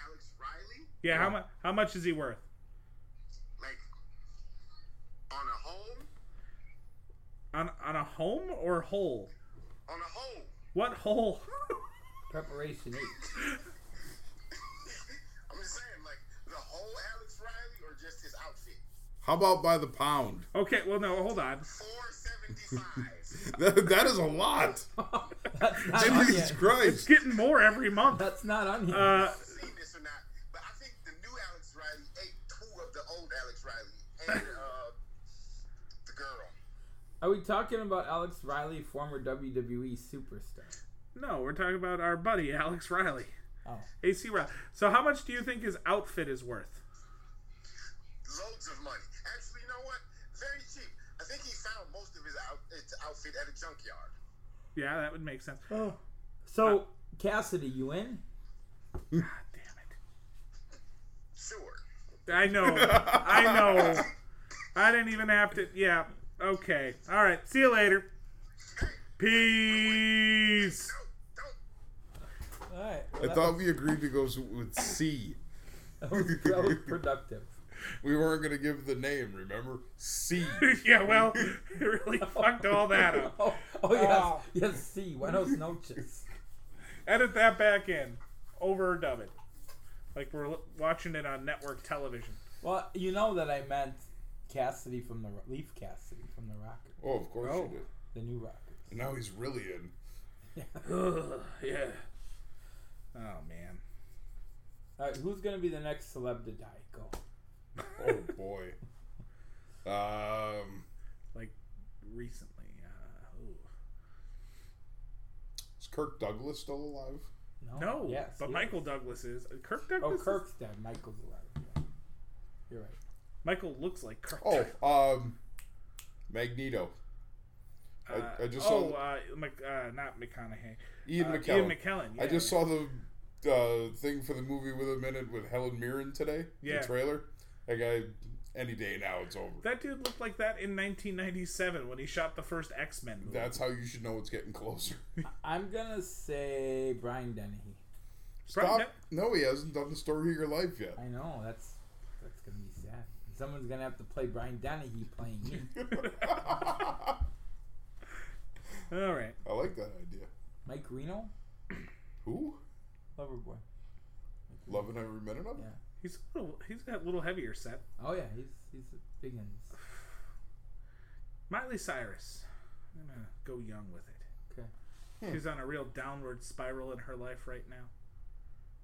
[SPEAKER 6] Alex Riley?
[SPEAKER 3] Yeah. How much? How much is he worth?
[SPEAKER 6] Like, on a whole?
[SPEAKER 3] On on a home or hole?
[SPEAKER 6] On a whole.
[SPEAKER 3] What hole?
[SPEAKER 1] Preparation eight.
[SPEAKER 6] I'm just saying, like, the whole Alex Riley or just his outfit?
[SPEAKER 2] How about by the pound?
[SPEAKER 3] okay. Well, no. Hold on.
[SPEAKER 6] 475.
[SPEAKER 2] That, that is a lot.
[SPEAKER 1] That's not on
[SPEAKER 2] Jesus
[SPEAKER 1] yet.
[SPEAKER 2] Christ.
[SPEAKER 3] Getting more every month.
[SPEAKER 1] That's not on here.
[SPEAKER 3] Uh,
[SPEAKER 6] seen this or not, but I think the new Alex Riley ate two of the old Alex Riley and, uh, the girl.
[SPEAKER 1] Are we talking about Alex Riley, former WWE superstar?
[SPEAKER 3] no, we're talking about our buddy Alex Riley,
[SPEAKER 1] Oh,
[SPEAKER 3] AC Riley. So how much do you think his outfit is worth?
[SPEAKER 6] loads of money. Actually, you know what? Very cheap. I think he found most of his, out, his outfit at a junkyard.
[SPEAKER 3] Yeah, that would make sense.
[SPEAKER 1] so Cassidy, you in?
[SPEAKER 3] God damn
[SPEAKER 6] Sure.
[SPEAKER 3] it. I know. I know. I didn't even have to. Yeah. Okay. All right. See you later. Peace.
[SPEAKER 6] No, don't.
[SPEAKER 1] All right.
[SPEAKER 2] I
[SPEAKER 1] Well, that,
[SPEAKER 2] thought we agreed to go s- with C.
[SPEAKER 1] was, that was productive.
[SPEAKER 2] We weren't going to give the name, remember? C.
[SPEAKER 3] yeah. Well, it really fucked all that up.
[SPEAKER 1] Oh, oh yes,
[SPEAKER 3] Oh.
[SPEAKER 1] yes. See, buenos noches.
[SPEAKER 3] Edit that back in. Overdub it. Like we're l- watching it on network television.
[SPEAKER 1] Well, you know that I meant Cassidy from the Ro- Leaf Cassidy from the Rockets,
[SPEAKER 2] Oh, of course
[SPEAKER 3] Oh.
[SPEAKER 2] you did.
[SPEAKER 1] the new Rockets.
[SPEAKER 2] And now he's really in.
[SPEAKER 3] Ugh, yeah. Oh man.
[SPEAKER 1] All right, who's gonna be the next celeb to die? Go.
[SPEAKER 2] Oh, boy. Um,
[SPEAKER 3] Like recently. Uh, ooh.
[SPEAKER 2] is Kirk Douglas still alive?
[SPEAKER 3] No.
[SPEAKER 1] Oh, Yes.
[SPEAKER 3] But
[SPEAKER 1] yes.
[SPEAKER 3] Michael Douglas is. Kirk
[SPEAKER 1] Oh,
[SPEAKER 3] Douglas. is-
[SPEAKER 1] Kirk's dead. Michael's alive. Yeah. You're right.
[SPEAKER 3] Michael looks like Kirk.
[SPEAKER 2] Oh, um, Magneto. I, I just
[SPEAKER 3] oh,
[SPEAKER 2] saw
[SPEAKER 3] uh, Mc, uh, not McConaughey.
[SPEAKER 2] Ian
[SPEAKER 3] uh,
[SPEAKER 2] McKellen.
[SPEAKER 3] Ian McKellen. Yeah,
[SPEAKER 2] I just saw the uh, thing for the movie with a minute with Helen Mirren today.
[SPEAKER 3] Yeah.
[SPEAKER 2] The trailer. That guy, any day now, it's over.
[SPEAKER 3] that dude looked like that in 1997 when he shot the first X Men movie.
[SPEAKER 2] That's how you should know it's getting closer.
[SPEAKER 1] I'm gonna say Brian Dennehy.
[SPEAKER 2] Stop.
[SPEAKER 3] Probably-
[SPEAKER 2] No, he hasn't done the story of your life yet.
[SPEAKER 1] I know that's that's gonna be sad. Someone's gonna have to play Brian Dennehy playing me.
[SPEAKER 3] All right.
[SPEAKER 2] I like that idea.
[SPEAKER 1] Mike Reno,
[SPEAKER 2] Who?
[SPEAKER 1] lover boy.
[SPEAKER 2] Loving every minute of it?
[SPEAKER 1] Yeah.
[SPEAKER 3] He's a little, he's got a little heavier set.
[SPEAKER 1] Oh yeah, he's he's a big one.
[SPEAKER 3] Miley Cyrus. I'm gonna go young with it.
[SPEAKER 1] Okay.
[SPEAKER 2] Hmm.
[SPEAKER 3] She's on a real downward spiral in her life right now.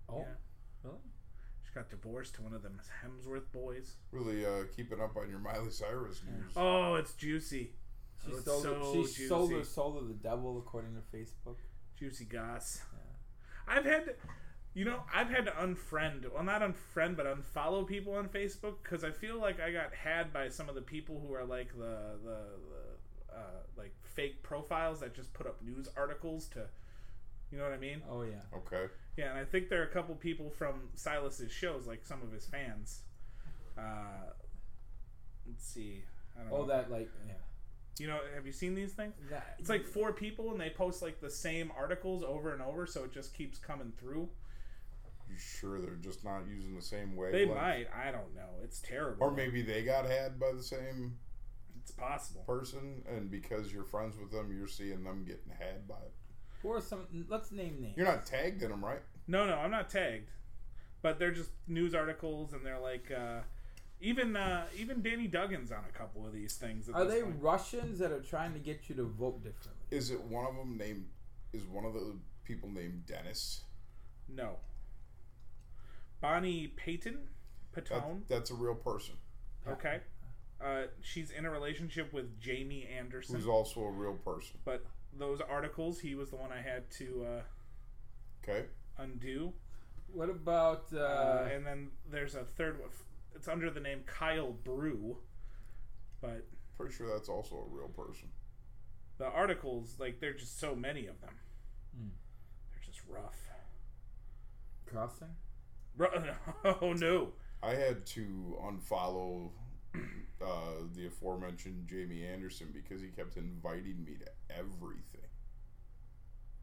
[SPEAKER 1] Oh,
[SPEAKER 3] Yeah.
[SPEAKER 1] really?
[SPEAKER 3] She got divorced to one of them Hemsworth boys.
[SPEAKER 2] Really uh, keeping up on your Miley Cyrus news.
[SPEAKER 3] Oh, it's juicy,
[SPEAKER 1] She
[SPEAKER 3] Oh, it's
[SPEAKER 1] sold.
[SPEAKER 3] so
[SPEAKER 1] she sold her
[SPEAKER 3] juicy.
[SPEAKER 1] soul to the devil, according to Facebook.
[SPEAKER 3] juicy goss. I've had, to, you know, I've had to unfriend. Well, not unfriend, but unfollow people on Facebook because I feel like I got had by some of the people who are like the the, the uh, like fake profiles that just put up news articles to, you know what I mean?
[SPEAKER 1] Oh yeah.
[SPEAKER 2] Okay.
[SPEAKER 3] Yeah, and I think there are a couple people from Silas's shows, like some of his fans. Uh, let's see. I don't
[SPEAKER 1] Oh
[SPEAKER 3] know.
[SPEAKER 1] that like yeah.
[SPEAKER 3] You know, have you seen these things?
[SPEAKER 1] That-
[SPEAKER 3] It's like four people, and they post like the same articles over and over, so it just keeps coming through.
[SPEAKER 2] You sure they're just not using the same way?
[SPEAKER 3] They might. I don't know. It's terrible.
[SPEAKER 2] Or maybe they got had by the same
[SPEAKER 3] it's possible.
[SPEAKER 2] person, and because you're friends with them, you're seeing them getting had by it.
[SPEAKER 1] who are some? Let's name names.
[SPEAKER 2] You're not tagged in them, right?
[SPEAKER 3] No, no, I'm not tagged, but they're just news articles, and they're like, uh, even uh, even Danny Duggan's on a couple of these things. At
[SPEAKER 1] Are
[SPEAKER 3] this
[SPEAKER 1] they
[SPEAKER 3] point.
[SPEAKER 1] Russians that are trying to get you to vote differently?
[SPEAKER 2] Is it one of them named? Is one of the people named Dennis?
[SPEAKER 3] No. Bonnie Payton,
[SPEAKER 2] That,
[SPEAKER 3] Patone.
[SPEAKER 2] That's a real person.
[SPEAKER 3] Okay. Uh, she's in a relationship with Jamie Anderson.
[SPEAKER 2] Who's also a real person.
[SPEAKER 3] but those articles, he was the one I had to uh,
[SPEAKER 2] Okay.
[SPEAKER 3] undo.
[SPEAKER 1] What about uh,
[SPEAKER 3] Uh, and then there's a third one. It's under the name Kyle Brew, but
[SPEAKER 2] Pretty sure that's also a real person.
[SPEAKER 3] the articles, like, there's just so many of them. Hmm. They're just rough.
[SPEAKER 1] Crossing?
[SPEAKER 3] Ru- oh no!
[SPEAKER 2] I had to unfollow uh, the aforementioned Jamie Anderson because he kept inviting me to everything.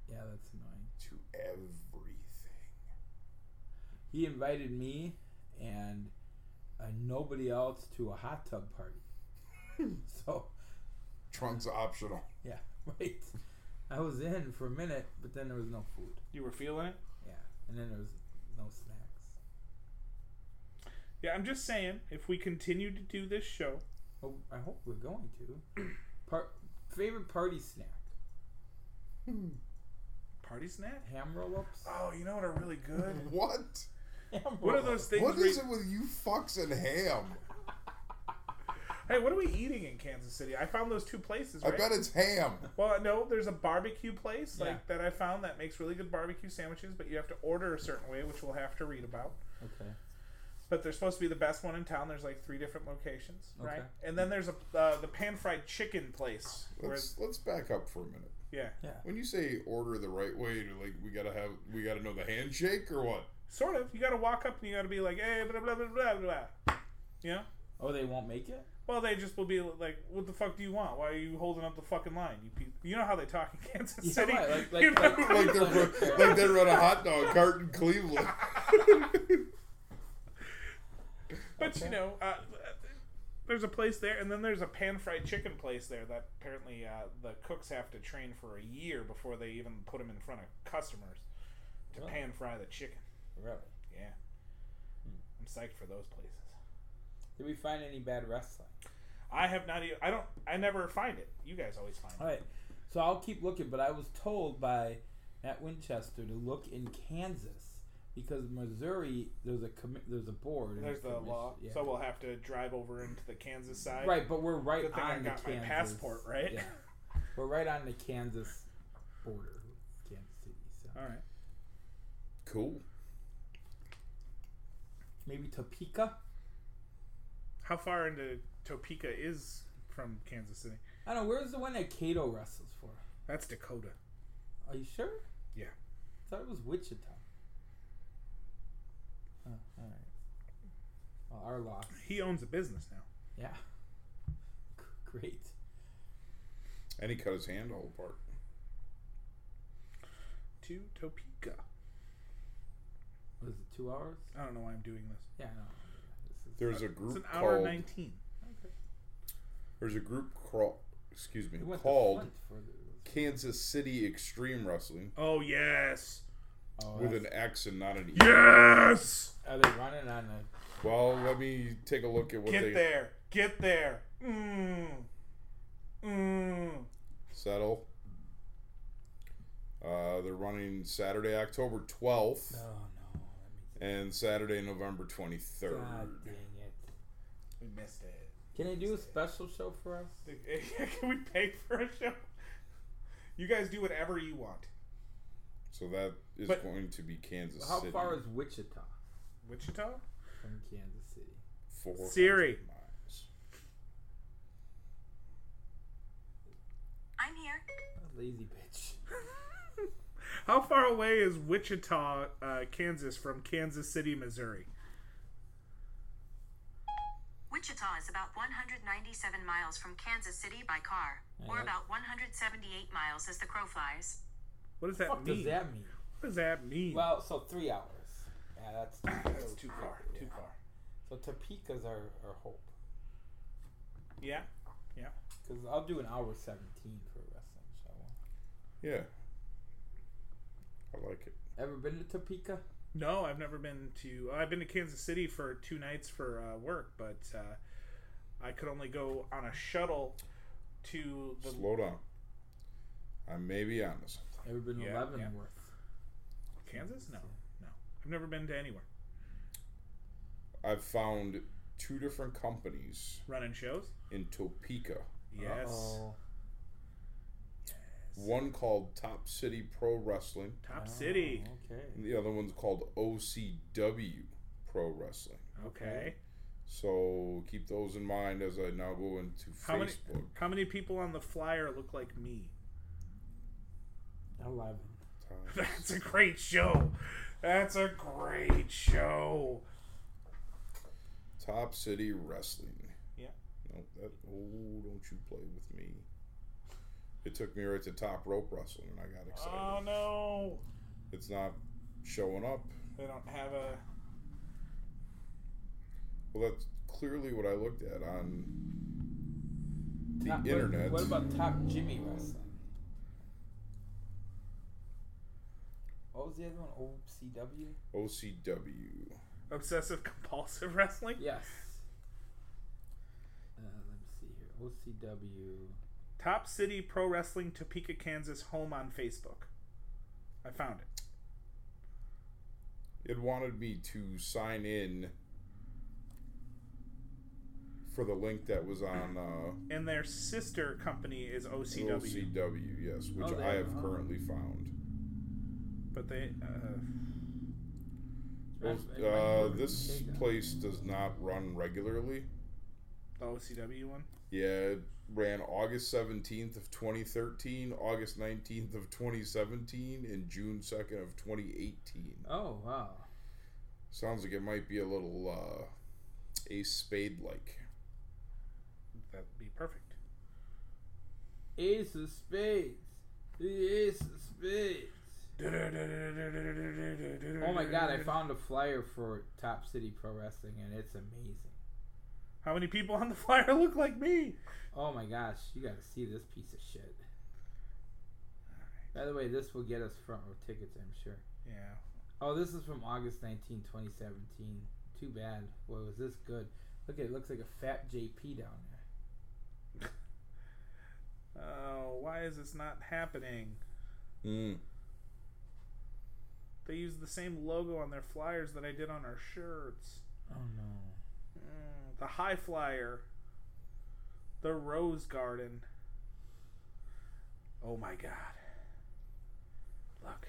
[SPEAKER 1] Yeah, that's annoying.
[SPEAKER 2] To everything.
[SPEAKER 1] He invited me and uh, nobody else to a hot tub party. so
[SPEAKER 2] Trunks optional.
[SPEAKER 1] yeah, right. I was in for a minute, but then there was no food.
[SPEAKER 3] You were feeling it.
[SPEAKER 1] Yeah, and then there was no snacks.
[SPEAKER 3] Yeah, I'm just saying, if we continue to do this show,
[SPEAKER 1] Oh, I hope we're going to. Par- favorite party snack?
[SPEAKER 3] party snack.
[SPEAKER 1] Ham roll-ups.
[SPEAKER 3] Oh, you know what are really good?
[SPEAKER 2] What?
[SPEAKER 1] Ham
[SPEAKER 3] what are
[SPEAKER 1] roll-ups.
[SPEAKER 3] those things?
[SPEAKER 2] What
[SPEAKER 3] where
[SPEAKER 2] is
[SPEAKER 3] you-
[SPEAKER 2] it with you fucks and ham?
[SPEAKER 3] Hey, what are we eating in Kansas City? I found those two places.
[SPEAKER 2] I
[SPEAKER 3] Right?
[SPEAKER 2] bet it's ham.
[SPEAKER 3] Well, no, there's a barbecue place
[SPEAKER 1] Yeah.
[SPEAKER 3] like that I found that makes really good barbecue sandwiches, but you have to order a certain way, which we'll have to read about.
[SPEAKER 1] Okay.
[SPEAKER 3] But they're supposed to be the best one in town. There's like three different locations, right?
[SPEAKER 1] Okay.
[SPEAKER 3] And then there's a uh, the pan fried chicken place. Where,
[SPEAKER 2] Let's let's back up for a minute.
[SPEAKER 3] yeah,
[SPEAKER 2] When you say order the right way, you're like we gotta have we gotta know the handshake or what?
[SPEAKER 3] sort of. You got to walk up and you got to be like, hey, blah blah blah blah blah. You know?
[SPEAKER 1] Oh, they won't make it.
[SPEAKER 3] Well, they just will be like, "What the fuck do you want? Why are you holding up the fucking line? You pe- you know how they talk in Kansas
[SPEAKER 1] Yeah,
[SPEAKER 3] City?
[SPEAKER 1] right, like- like-
[SPEAKER 3] You know?
[SPEAKER 1] like-
[SPEAKER 2] Like they are like they run a hot dog cart in Cleveland.
[SPEAKER 3] But you know, uh, there's a place there, and then there's a pan fried chicken place there that apparently uh, the cooks have to train for a year before they even put them in front of customers to
[SPEAKER 1] Really?
[SPEAKER 3] pan fry the chicken.
[SPEAKER 1] Really?
[SPEAKER 3] Yeah,
[SPEAKER 1] Hmm.
[SPEAKER 3] I'm psyched for those places.
[SPEAKER 1] Did we find any bad wrestling?
[SPEAKER 3] I have not even. I don't. I never find it. You guys always find
[SPEAKER 1] All
[SPEAKER 3] it.
[SPEAKER 1] right. So I'll keep looking, but I was told by Matt Winchester to look in Kansas because Missouri there's a commi- there's a board. and
[SPEAKER 3] There's the
[SPEAKER 1] commission-
[SPEAKER 3] law,
[SPEAKER 1] yeah.
[SPEAKER 3] so we'll have to drive over into the Kansas side.
[SPEAKER 1] right, but we're right
[SPEAKER 3] Good thing
[SPEAKER 1] on
[SPEAKER 3] I
[SPEAKER 1] the
[SPEAKER 3] got my
[SPEAKER 1] Kansas
[SPEAKER 3] passport, right?
[SPEAKER 1] Yeah. we're right on the Kansas border, Kansas City. So
[SPEAKER 3] All right.
[SPEAKER 2] Cool.
[SPEAKER 1] maybe Topeka.
[SPEAKER 3] How far into Topeka is from Kansas City?
[SPEAKER 1] I don't know. Where's the one that Cato wrestles for?
[SPEAKER 3] That's Dakota.
[SPEAKER 1] Are you sure?
[SPEAKER 3] Yeah.
[SPEAKER 1] I thought it was Wichita. Oh, all right. Well, our loss.
[SPEAKER 3] He owns a business now.
[SPEAKER 1] Yeah. G- Great.
[SPEAKER 2] And he cut his hand all apart.
[SPEAKER 3] To Topeka.
[SPEAKER 1] Was it two hours?
[SPEAKER 3] I don't know why I'm doing this.
[SPEAKER 1] Yeah, no. This is,
[SPEAKER 2] There's a
[SPEAKER 3] It's
[SPEAKER 2] group
[SPEAKER 3] an hour
[SPEAKER 2] called
[SPEAKER 3] 19.
[SPEAKER 2] There's a group crawl excuse me
[SPEAKER 1] it went to
[SPEAKER 2] called
[SPEAKER 1] Flint for the,
[SPEAKER 2] Kansas City Extreme Wrestling
[SPEAKER 3] Oh, yes.
[SPEAKER 1] oh,
[SPEAKER 2] with an
[SPEAKER 1] that's-
[SPEAKER 2] X and not an E.
[SPEAKER 3] Yes!
[SPEAKER 1] Are they running on a?
[SPEAKER 2] Well, let me take a look at what
[SPEAKER 3] Get
[SPEAKER 2] they
[SPEAKER 3] there. Get there. Mmm. Mmm.
[SPEAKER 2] settle. Uh, they're running Saturday, October 12th,
[SPEAKER 1] Oh no! That
[SPEAKER 2] and Saturday, November 23rd.
[SPEAKER 1] means, God dang it!
[SPEAKER 3] We missed it.
[SPEAKER 1] Can they do a special show for us?
[SPEAKER 3] Can we pay for a show? You guys do whatever you want.
[SPEAKER 2] So that is
[SPEAKER 3] But-
[SPEAKER 2] going to be Kansas
[SPEAKER 1] How
[SPEAKER 2] City.
[SPEAKER 1] far is Wichita
[SPEAKER 3] Wichita?
[SPEAKER 1] from Kansas City?
[SPEAKER 2] 400
[SPEAKER 3] Siri.
[SPEAKER 2] miles.
[SPEAKER 5] I'm here.
[SPEAKER 1] A lazy bitch.
[SPEAKER 3] How far away is Wichita, uh, Kansas from Kansas City, Missouri?
[SPEAKER 5] Wichita is about 197 miles from Kansas City by car, or
[SPEAKER 1] Yeah.
[SPEAKER 5] about 178 miles as the crow flies.
[SPEAKER 3] What does that
[SPEAKER 1] What
[SPEAKER 3] mean?
[SPEAKER 1] does that mean?
[SPEAKER 3] What does that mean?
[SPEAKER 1] Well, so three hours. Yeah, that's too,
[SPEAKER 3] That's too far. Too far.
[SPEAKER 1] So Topeka's our, our hope.
[SPEAKER 3] Yeah. Yeah.
[SPEAKER 1] Because I'll do an hour 17 for a wrestling show.
[SPEAKER 2] Yeah. I like it.
[SPEAKER 1] Ever been to Topeka?
[SPEAKER 3] No, I've never been to. I've been to Kansas City for two nights for uh, work, but uh, I could only go on a shuttle to the.
[SPEAKER 2] Slow down. I may be onto something.
[SPEAKER 1] Ever been to
[SPEAKER 3] Yeah, yeah.
[SPEAKER 1] Leavenworth?
[SPEAKER 3] Kansas? No, no. I've never been to anywhere.
[SPEAKER 2] I've found two different companies
[SPEAKER 3] running shows.
[SPEAKER 2] in Topeka.
[SPEAKER 3] Yes.
[SPEAKER 1] Uh-oh.
[SPEAKER 2] One called Top City Pro Wrestling,
[SPEAKER 3] Top City.
[SPEAKER 1] Okay.
[SPEAKER 2] and the other one's called OCW Pro Wrestling.
[SPEAKER 3] Okay.
[SPEAKER 2] So keep those in mind as I now go into
[SPEAKER 3] How many
[SPEAKER 2] Facebook.
[SPEAKER 3] how many people on the flyer look like me?
[SPEAKER 1] Eleven.
[SPEAKER 2] Top-
[SPEAKER 3] That's a great show. That's a great show.
[SPEAKER 2] Top City Wrestling.
[SPEAKER 3] Yeah.
[SPEAKER 2] No, that oh, don't you play with me. It took me right to top rope wrestling and I got excited.
[SPEAKER 3] Oh no.
[SPEAKER 2] It's not showing up.
[SPEAKER 3] They don't have a
[SPEAKER 2] Well, that's clearly what I looked at on the
[SPEAKER 1] Top- what-
[SPEAKER 2] internet.
[SPEAKER 1] What, about Top Jimmy Wrestling? What was the other one? OCW?
[SPEAKER 2] OCW?
[SPEAKER 3] obsessive compulsive wrestling.
[SPEAKER 1] Yes. Uh, let me see here. OCW.
[SPEAKER 3] Top City Pro Wrestling Topeka, Kansas home on Facebook. I found it.
[SPEAKER 2] It wanted me to sign in for the link that was on uh,
[SPEAKER 3] And their sister company is OCW.
[SPEAKER 2] OCW, yes, which
[SPEAKER 1] Oh,
[SPEAKER 2] I
[SPEAKER 1] there,
[SPEAKER 2] have
[SPEAKER 1] huh.
[SPEAKER 2] currently found.
[SPEAKER 3] But they uh,
[SPEAKER 2] Uh, this place does not run regularly.
[SPEAKER 3] the OCW one.
[SPEAKER 2] Yeah, it ran August 17th of 2013, August 19th of 2017, and June 2nd of 2018.
[SPEAKER 1] Oh wow.
[SPEAKER 2] Sounds like it might be a little uh Ace Spade like.
[SPEAKER 3] That'd be perfect.
[SPEAKER 1] Ace of Spades. The Ace of Spades. Oh
[SPEAKER 3] Oh
[SPEAKER 1] my god, I found a flyer for Top City Pro Wrestling and it's amazing.
[SPEAKER 3] How many people on the flyer look like me?
[SPEAKER 1] Oh my gosh, you gotta see this piece of shit. By the way, this will get us front row tickets, I'm sure.
[SPEAKER 3] Yeah.
[SPEAKER 1] Oh, this is from August 19, 2017. Too bad. Boy, was this good. Look at it, looks like a fat JP down there.
[SPEAKER 3] Oh, why is this not happening?
[SPEAKER 2] Mm.
[SPEAKER 3] They use the same logo on their flyers that I did on our shirts.
[SPEAKER 1] Oh no.
[SPEAKER 3] Mm, the High Flyer. The Rose Garden. Oh my god. Look.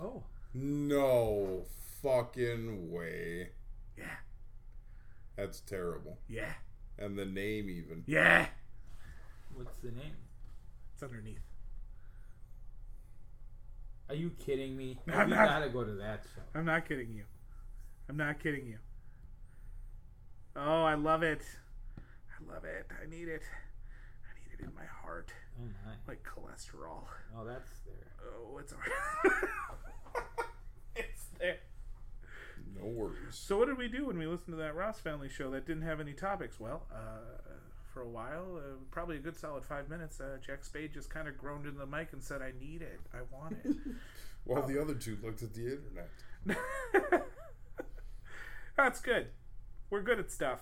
[SPEAKER 1] Oh.
[SPEAKER 2] No fucking way.
[SPEAKER 3] Yeah.
[SPEAKER 2] That's terrible.
[SPEAKER 3] Yeah.
[SPEAKER 2] And the name even.
[SPEAKER 3] Yeah.
[SPEAKER 1] What's the name?
[SPEAKER 3] It's underneath.
[SPEAKER 1] Are you kidding me?
[SPEAKER 3] No, I'm
[SPEAKER 1] we
[SPEAKER 3] not-
[SPEAKER 1] gotta go to that show.
[SPEAKER 3] I'm not kidding you. I'm not kidding you. Oh, I love it. I love it. I need it. I need it in my heart,
[SPEAKER 1] Oh my.
[SPEAKER 3] like cholesterol.
[SPEAKER 1] Oh, that's there.
[SPEAKER 3] Oh, it's all It's there.
[SPEAKER 2] No worries.
[SPEAKER 3] So, what did we do when we listened to that Ross Family show that didn't have any topics? Well, uh, for a while, uh, probably a good solid five minutes, uh, Jack Spade just kind of groaned into the mic and said, I need it. I want it.
[SPEAKER 2] While the other two looked at the internet.
[SPEAKER 3] That's good. We're good at stuff.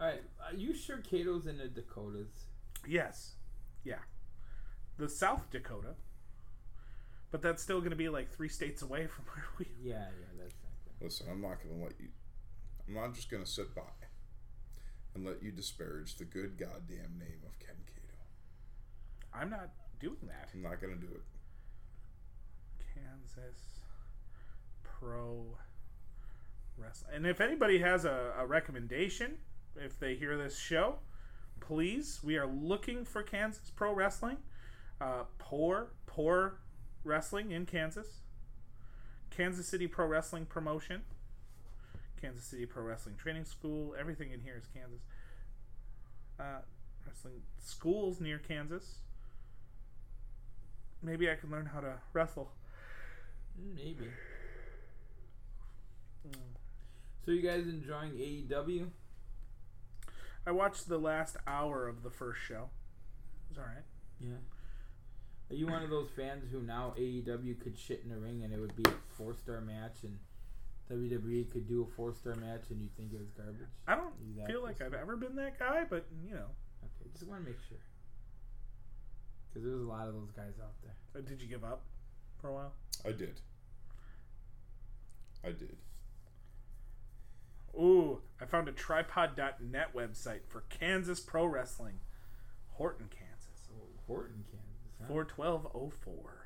[SPEAKER 1] Alright, are you sure Cato's in the Dakotas?
[SPEAKER 3] Yes. Yeah. The South Dakota. But that's still going to be like three states away from where we
[SPEAKER 1] Yeah, yeah, that's not good.
[SPEAKER 2] Listen, I'm not gonna let you I'm not just gonna sit by and let you disparage the good goddamn name of Ken Cato.
[SPEAKER 3] I'm not doing that.
[SPEAKER 2] I'm not gonna do it.
[SPEAKER 3] Kansas Pro Wrestling. And if anybody has a, a recommendation, if they hear this show, please, we are looking for Kansas Pro Wrestling. Uh, poor, poor wrestling in Kansas. Kansas City Pro Wrestling Promotion. Kansas City Pro Wrestling Training School. Everything in here is Kansas. Uh, wrestling schools near Kansas. Maybe I can learn how to wrestle.
[SPEAKER 1] Mm, Maybe. So you guys enjoying E AEW?
[SPEAKER 3] I watched the last hour of the first show. It was all right.
[SPEAKER 1] Yeah. Are you one of those fans who now AEW could shit in the ring and it would be a four star match and WWE could do a four star match and you would think it was garbage?
[SPEAKER 3] I don't
[SPEAKER 1] You that
[SPEAKER 3] feel like
[SPEAKER 1] person?
[SPEAKER 3] I've ever been that guy, but you know,
[SPEAKER 1] Okay, just want to make sure. Because there's a lot of those guys out there.
[SPEAKER 3] Uh, did you give up for a while?
[SPEAKER 2] I did. I did.
[SPEAKER 3] Ooh, I found a tripod.net website for Kansas Pro Wrestling. Horton, Kansas.
[SPEAKER 1] Oh, Horton, Kansas. Huh?
[SPEAKER 3] 41204.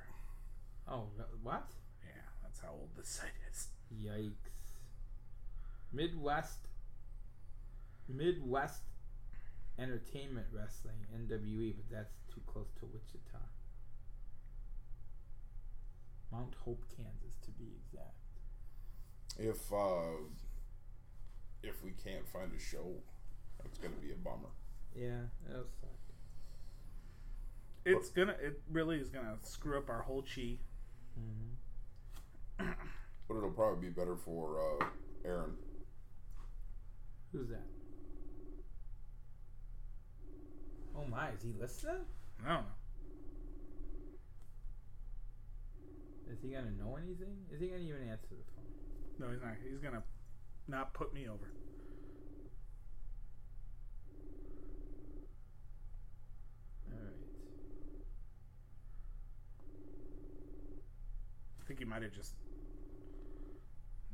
[SPEAKER 1] Oh, wh- what?
[SPEAKER 3] Yeah, that's how old this site is.
[SPEAKER 1] Yikes. Midwest. Midwest Entertainment Wrestling, NWE, but that's too close to Wichita. Mount Hope, Kansas, to be exact.
[SPEAKER 2] If uh, if we can't find a show, that's gonna be a bummer.
[SPEAKER 1] Yeah, that'll suck.
[SPEAKER 3] It's gonna, it really is gonna screw up our whole chi.
[SPEAKER 2] But it'll probably be better for uh, Aaron.
[SPEAKER 1] Who's that? Oh my, is he listening?
[SPEAKER 3] I don't know.
[SPEAKER 1] Is he gonna know anything? Is he gonna even answer the phone?
[SPEAKER 3] No, he's not. He's gonna not put me over.
[SPEAKER 1] Alright.
[SPEAKER 3] I think he might have just.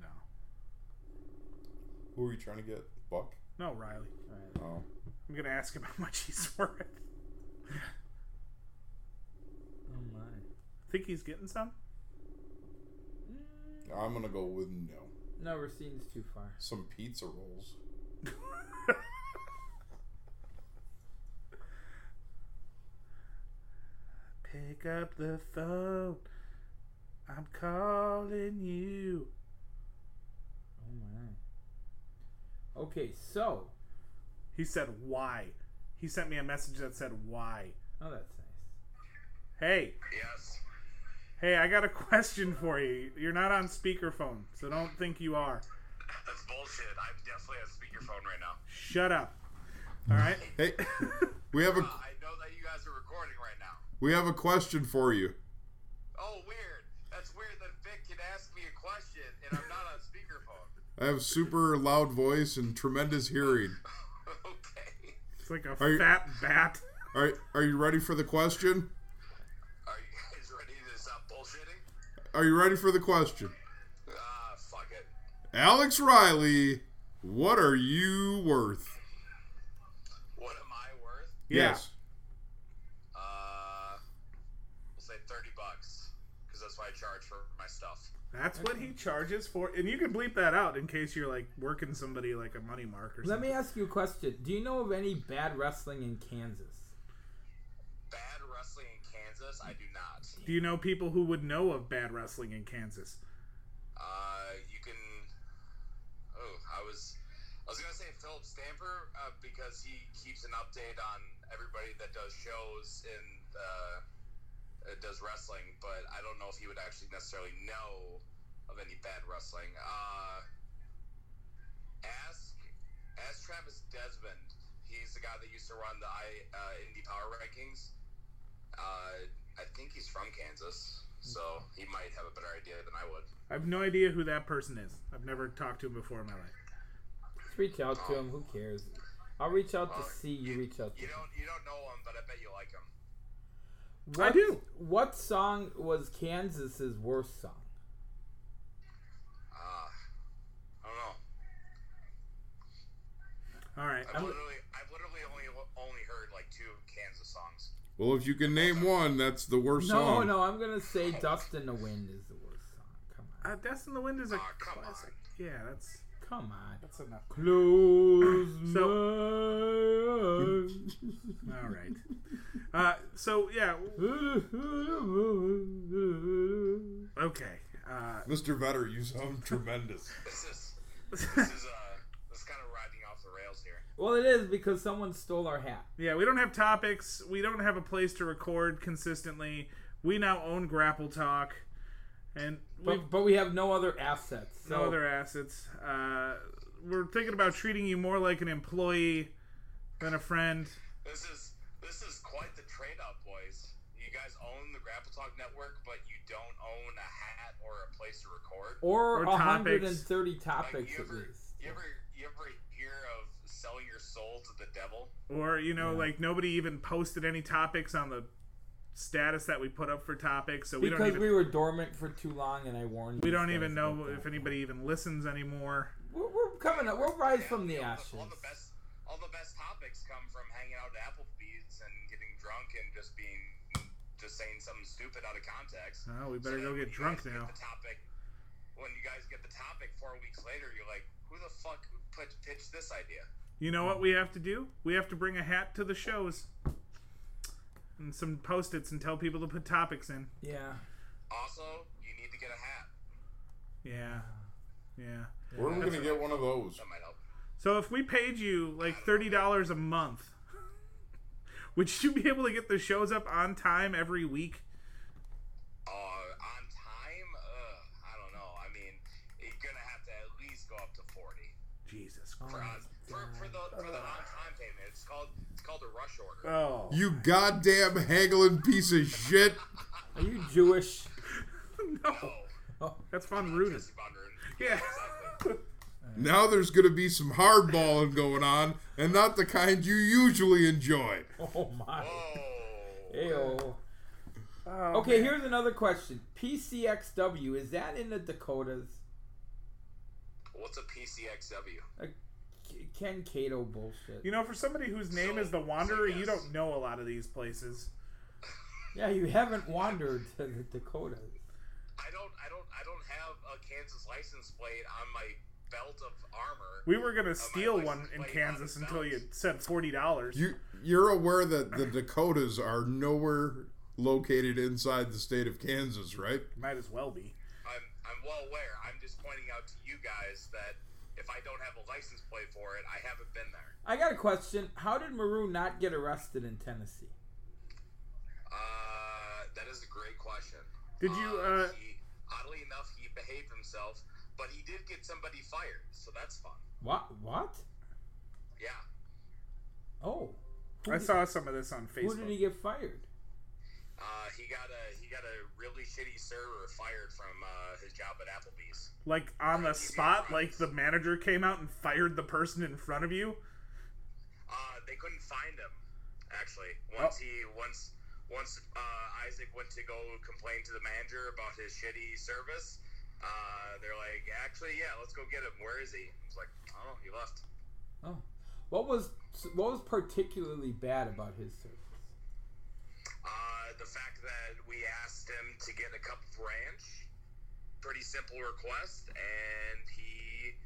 [SPEAKER 3] No,
[SPEAKER 2] Who are you trying to get? Buck?
[SPEAKER 3] no, Riley.
[SPEAKER 1] Alright.
[SPEAKER 2] Oh.
[SPEAKER 3] I'm gonna ask him how much he's worth.
[SPEAKER 1] Oh my.
[SPEAKER 3] Think he's getting some?
[SPEAKER 2] I'm gonna go with no.
[SPEAKER 1] No, Racine's too far.
[SPEAKER 2] Some pizza rolls.
[SPEAKER 3] Pick up the phone. I'm calling you.
[SPEAKER 1] Oh my. Okay, so.
[SPEAKER 3] He said, "Why?" He sent me a message that said, "Why?"
[SPEAKER 1] Oh, that's nice.
[SPEAKER 3] Hey,
[SPEAKER 6] Yes.
[SPEAKER 3] hey, I got a question for you. You're not on speakerphone, so don't think you are.
[SPEAKER 6] That's bullshit. I'm definitely on speakerphone right now.
[SPEAKER 3] Shut up. All right.
[SPEAKER 2] Hey, we have a
[SPEAKER 6] Uh, I know that you guys are recording right now.
[SPEAKER 2] we have a question for you.
[SPEAKER 6] Oh, weird. That's weird that Vic can ask me a question and I'm not on speakerphone.
[SPEAKER 2] I have super loud voice and tremendous hearing.
[SPEAKER 6] okay.
[SPEAKER 3] It's like a
[SPEAKER 2] Are you-
[SPEAKER 3] fat bat.
[SPEAKER 2] All right, are you ready for the question?
[SPEAKER 6] Are you guys ready to stop bullshitting?
[SPEAKER 2] Are you ready for the question?
[SPEAKER 6] Ah, fuck it.
[SPEAKER 2] Alex Riley, what are you worth?
[SPEAKER 6] What am I worth?
[SPEAKER 3] Yeah.
[SPEAKER 2] Yes.
[SPEAKER 6] Uh, we'll say 30 bucks because that's what I charge for my stuff.
[SPEAKER 3] That's what he charges for. And you can bleep that out in case you're like working somebody like a money mark or
[SPEAKER 1] Let
[SPEAKER 3] something.
[SPEAKER 1] me ask you a question. Do you know of any bad wrestling in Kansas?
[SPEAKER 6] Bad wrestling in Kansas? I do not.
[SPEAKER 3] Do you know people who would know of bad wrestling in Kansas?
[SPEAKER 6] Uh, you can. Oh, I was. I was gonna say Philip Stamper uh, because he keeps an update on everybody that does shows and uh, uh, does wrestling, but I don't know if he would actually necessarily know of any bad wrestling. Uh, ask ask Travis Desmond. He's the guy that used to run the I, uh, Indie Power Rankings. Uh, I think he's from Kansas, so he might have a better idea than I would.
[SPEAKER 3] I have no idea who that person is. I've never talked to him before in my life.
[SPEAKER 1] Just reach out to him. Who cares? I'll reach out to see you reach out to
[SPEAKER 6] You
[SPEAKER 1] him.
[SPEAKER 6] don't you don't know him, but I bet you like him.
[SPEAKER 1] What,
[SPEAKER 3] do.
[SPEAKER 1] What song was Kansas's worst song?
[SPEAKER 6] Uh, I don't know.
[SPEAKER 3] All right.
[SPEAKER 6] I've
[SPEAKER 3] I'm-
[SPEAKER 6] literally I've literally only only heard like two Kansas songs.
[SPEAKER 2] Well, if you can name one, that's the worst
[SPEAKER 1] No,
[SPEAKER 2] song.
[SPEAKER 1] no, I'm gonna say "Dust in the Wind" is the worst song. Come on,
[SPEAKER 3] uh, Death in the Wind is a
[SPEAKER 6] Aw, Ah, come on.
[SPEAKER 3] classic. Yeah, that's
[SPEAKER 1] come on.
[SPEAKER 3] that's enough.
[SPEAKER 1] Close
[SPEAKER 3] All right. Uh, so yeah. w-
[SPEAKER 1] my
[SPEAKER 3] Okay. Uh,
[SPEAKER 2] Mr. Vetter, you sound tremendous.
[SPEAKER 6] This is this is uh this is kind of riding off the rails here.
[SPEAKER 1] Well, it is because someone stole our hat.
[SPEAKER 3] yeah, we don't have topics. We don't have a place to record consistently. We now own Grapple Talk, and we've
[SPEAKER 1] But, but we have no other assets. So
[SPEAKER 3] no other assets. Uh, we're thinking about treating you more like an employee than a friend.
[SPEAKER 6] This is this is quite the trade up, boys. You guys own the Grapple Talk network, but you don't own a hat or a place to record.
[SPEAKER 1] or
[SPEAKER 3] Or
[SPEAKER 1] 130 topics,
[SPEAKER 6] Like, you
[SPEAKER 1] at
[SPEAKER 6] ever
[SPEAKER 1] least.
[SPEAKER 6] you ever you ever hear of selling your soul to the devil?
[SPEAKER 3] Or you know, like nobody even posted any topics on the status that we put up for topics, so we don't
[SPEAKER 1] Because
[SPEAKER 3] even
[SPEAKER 1] we were dormant for too long, and I warned.
[SPEAKER 3] we
[SPEAKER 1] these
[SPEAKER 3] don't
[SPEAKER 1] guys
[SPEAKER 3] even
[SPEAKER 1] about
[SPEAKER 3] know
[SPEAKER 1] that.
[SPEAKER 3] if anybody even listens anymore.
[SPEAKER 1] We're, we're coming up. We'll rise from the
[SPEAKER 6] Yeah,
[SPEAKER 1] ashes.
[SPEAKER 6] All the, all the best, all the best topics come from hanging out at Applebee's and getting drunk and just being, just saying something stupid out of context.
[SPEAKER 3] Oh, we better
[SPEAKER 6] then
[SPEAKER 3] go
[SPEAKER 6] when
[SPEAKER 3] get
[SPEAKER 6] you
[SPEAKER 3] drunk
[SPEAKER 6] guys
[SPEAKER 3] now.
[SPEAKER 6] the topic, when you guys get the topic four weeks later, you're like, who the fuck put, pitched this idea?
[SPEAKER 3] You know what we have to do? We have to bring a hat to the shows and some post-its and tell people to put topics in.
[SPEAKER 1] Yeah.
[SPEAKER 6] Also, you need to get a hat.
[SPEAKER 3] Yeah. Yeah.
[SPEAKER 2] Where are we gonna get one of those?
[SPEAKER 6] That might help.
[SPEAKER 3] So if we paid you like $30 a month, would you be able to get the shows up on time every week?
[SPEAKER 6] Uh, on time, uh, I don't know. I mean, you're gonna have to at least go up to forty.
[SPEAKER 3] Jesus
[SPEAKER 1] Oh,
[SPEAKER 3] Christ.
[SPEAKER 6] For, us- for, for the for the on time payment, it's called it's called a rush order.
[SPEAKER 3] Oh.
[SPEAKER 2] You goddamn haggling piece of shit!
[SPEAKER 1] Are you Jewish?
[SPEAKER 6] Oh,
[SPEAKER 3] No. That's von Rudin.
[SPEAKER 6] Jesse Von Rudin.
[SPEAKER 3] Yeah.
[SPEAKER 6] exactly.
[SPEAKER 2] Now there's gonna be some hardballing going on, and not the kind you usually enjoy.
[SPEAKER 1] Oh my.
[SPEAKER 6] Oh,
[SPEAKER 1] Ayo.
[SPEAKER 3] Oh,
[SPEAKER 1] Okay,
[SPEAKER 3] man.
[SPEAKER 1] here's another question. PCXW is that in the Dakotas?
[SPEAKER 6] what's a PCXW?
[SPEAKER 1] Like, K- Ken Cato bullshit.
[SPEAKER 3] You know, for somebody whose name
[SPEAKER 6] So-
[SPEAKER 3] is The Wanderer,
[SPEAKER 6] so
[SPEAKER 3] you
[SPEAKER 6] yes.
[SPEAKER 3] don't know a lot of these places.
[SPEAKER 1] yeah, you haven't wandered to the Dakotas.
[SPEAKER 6] I don't I don't I don't have a Kansas license plate on my belt of armor.
[SPEAKER 3] We were gonna
[SPEAKER 6] my
[SPEAKER 3] steal
[SPEAKER 6] license
[SPEAKER 3] one in
[SPEAKER 6] plate
[SPEAKER 3] Kansas
[SPEAKER 6] on
[SPEAKER 3] until you
[SPEAKER 6] itself.
[SPEAKER 3] said forty dollars.
[SPEAKER 2] You you're aware that the Dakotas are nowhere located inside the state of Kansas, right?
[SPEAKER 3] Might as well be.
[SPEAKER 6] I'm I'm well aware. I'm just pointing out to you guys that if I don't have a license plate for it, I haven't been there.
[SPEAKER 1] I got a question. How did Maroon not get arrested in Tennessee?
[SPEAKER 6] Uh, that is a great question.
[SPEAKER 3] Did you, uh,
[SPEAKER 6] he, oddly enough, he behaved himself, but he did get somebody fired, so that's fun.
[SPEAKER 1] What? What?
[SPEAKER 6] Yeah.
[SPEAKER 1] Oh,
[SPEAKER 3] I saw some of this on
[SPEAKER 1] who did he
[SPEAKER 3] Facebook.
[SPEAKER 1] get fired?
[SPEAKER 6] Uh, he got a he got a really shitty server fired from uh, his job at Applebee's.
[SPEAKER 3] Like on the spot, like the manager came out and fired the person in front of you.
[SPEAKER 6] Uh, they couldn't find him. Actually, once he once once uh, Isaac went to go complain to the manager about his shitty service, uh, they're like, actually, yeah, let's go get him. Where is he? He's like, I don't know. He left.
[SPEAKER 1] Oh, what was what was particularly bad about his service?
[SPEAKER 6] Uh, the fact that we asked him to get a cup of ranch, pretty simple request, and he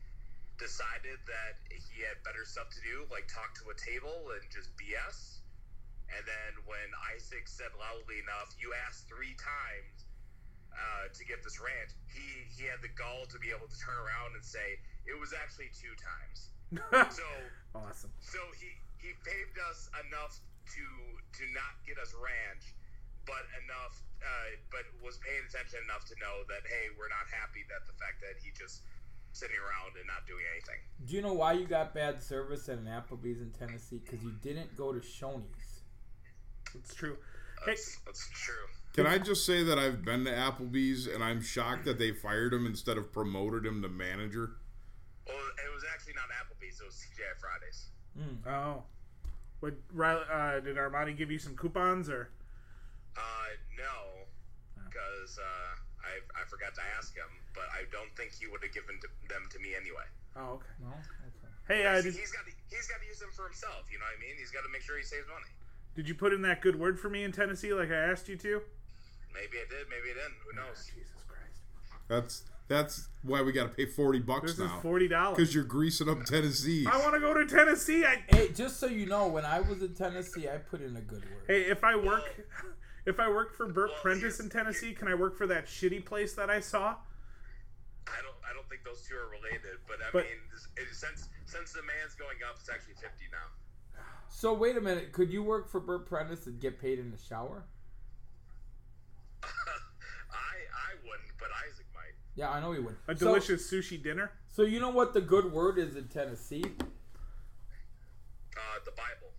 [SPEAKER 6] decided that he had better stuff to do, like talk to a table and just BS. And then when Isaac said loudly enough, "You asked three times uh, to get this ranch," he he had the gall to be able to turn around and say, "It was actually two times." So.
[SPEAKER 3] awesome.
[SPEAKER 6] So he he paved us enough to to not get us ranch, but enough, uh, but was paying attention enough to know that hey, we're not happy that the fact that he just sitting around and not doing anything.
[SPEAKER 1] Do you know why you got bad service at an Applebee's in Tennessee? Because you didn't go to Shoney's.
[SPEAKER 3] It's true. Hey,
[SPEAKER 6] That's that's true.
[SPEAKER 2] Can I just say that I've been to Applebee's and I'm shocked that they fired him instead of promoted him to manager?
[SPEAKER 6] Well, it was actually not Applebee's; it was TGI Fridays.
[SPEAKER 3] oh, what? Uh, did Armani give you some coupons or?
[SPEAKER 6] Uh, no, because uh, I I forgot to ask him, but I don't think he would have given to, them to me anyway.
[SPEAKER 3] Oh, okay.
[SPEAKER 1] No. Okay.
[SPEAKER 3] Hey, uh, did,
[SPEAKER 6] He's got to he's got to use them for himself. You know what I mean? He's got to make sure he saves money.
[SPEAKER 3] did you put in that good word for me in Tennessee, like I asked you to?
[SPEAKER 6] Maybe it did, maybe it didn't. Who knows?
[SPEAKER 3] Jesus Christ.
[SPEAKER 2] That's that's why we got to pay forty bucks
[SPEAKER 3] This is
[SPEAKER 2] now
[SPEAKER 3] forty dollars.
[SPEAKER 2] because you're greasing up Tennessee.
[SPEAKER 3] I want to go to Tennessee. I
[SPEAKER 1] Hey, just so you know, when I was in Tennessee, I put in a good word.
[SPEAKER 3] Hey, if I work, if I work for Burt
[SPEAKER 6] Well,
[SPEAKER 3] Prentice
[SPEAKER 6] here's-
[SPEAKER 3] in Tennessee, can I work for that shitty place that I saw?
[SPEAKER 6] I don't. I don't think those two are related. But I
[SPEAKER 3] But-
[SPEAKER 6] mean, this- it, since since the man's going up, it's actually fifty now.
[SPEAKER 1] So wait a minute. Could you work for Burt Prentice and get paid in the shower?
[SPEAKER 6] I I wouldn't, but Isaac might.
[SPEAKER 1] Yeah, I know he would.
[SPEAKER 3] A
[SPEAKER 1] So-
[SPEAKER 3] delicious sushi dinner.
[SPEAKER 1] So, you know what the good word is in Tennessee?
[SPEAKER 6] Uh, the Bible.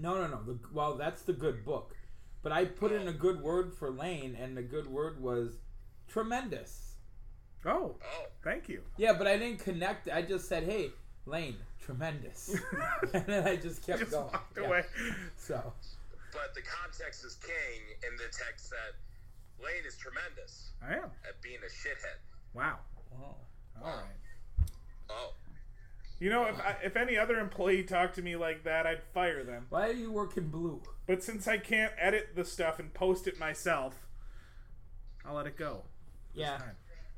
[SPEAKER 1] No, no, no. The, well, that's the good book. But I put in a good word for Lane, and the good word was tremendous.
[SPEAKER 3] Oh,
[SPEAKER 6] Oh,
[SPEAKER 3] thank you.
[SPEAKER 1] Yeah, but I didn't connect. I just said, "Hey, Lane, tremendous," and then I just kept
[SPEAKER 3] Just
[SPEAKER 1] going.
[SPEAKER 3] walked
[SPEAKER 1] Yeah.
[SPEAKER 3] away.
[SPEAKER 1] So,
[SPEAKER 6] but the context is king in the text that Lane is tremendous
[SPEAKER 3] I am.
[SPEAKER 6] at being a shithead.
[SPEAKER 3] Wow.
[SPEAKER 1] Oh.
[SPEAKER 3] All right.
[SPEAKER 6] Oh,
[SPEAKER 3] You know, if I, if any other employee talked to me like that, I'd fire them.
[SPEAKER 1] Why are you working blue?
[SPEAKER 3] But since I can't edit the stuff and post it myself, I'll let it go.
[SPEAKER 1] Yeah.
[SPEAKER 3] Fine.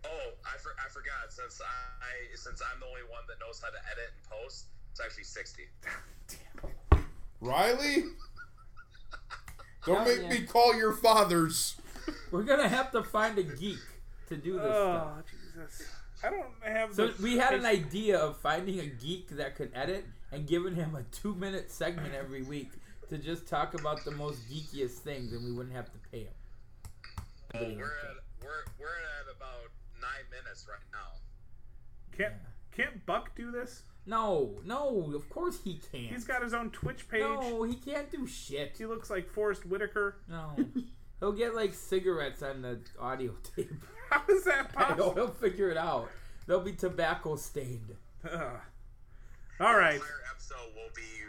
[SPEAKER 6] oh, I, for, I forgot. Since I since I'm the only one that knows how to edit and post, it's actually sixty.
[SPEAKER 3] Damn it.
[SPEAKER 2] Riley? Don't
[SPEAKER 1] Oh,
[SPEAKER 2] make
[SPEAKER 1] yeah.
[SPEAKER 2] me call your fathers.
[SPEAKER 1] We're gonna have to find a geek to do this stuff.
[SPEAKER 3] Oh Jesus! I don't have.
[SPEAKER 1] So
[SPEAKER 3] the
[SPEAKER 1] we had an
[SPEAKER 3] patience-
[SPEAKER 1] idea of finding a geek that could edit and giving him a two-minute segment every week to just talk about the most geekiest things, and we wouldn't have to pay him.
[SPEAKER 6] Well, we're at we're we're at about nine minutes right now.
[SPEAKER 3] Can't can't Buck do this?
[SPEAKER 1] No, no, of course he can't.
[SPEAKER 3] He's got his own Twitch page.
[SPEAKER 1] no, he can't do shit.
[SPEAKER 3] He looks like Forrest Whitaker.
[SPEAKER 1] No, he'll get like cigarettes on the audio tape.
[SPEAKER 3] How is that possible?
[SPEAKER 1] he'll figure it out. They'll be tobacco stained.
[SPEAKER 3] Ugh. All right.
[SPEAKER 6] Entire episode will be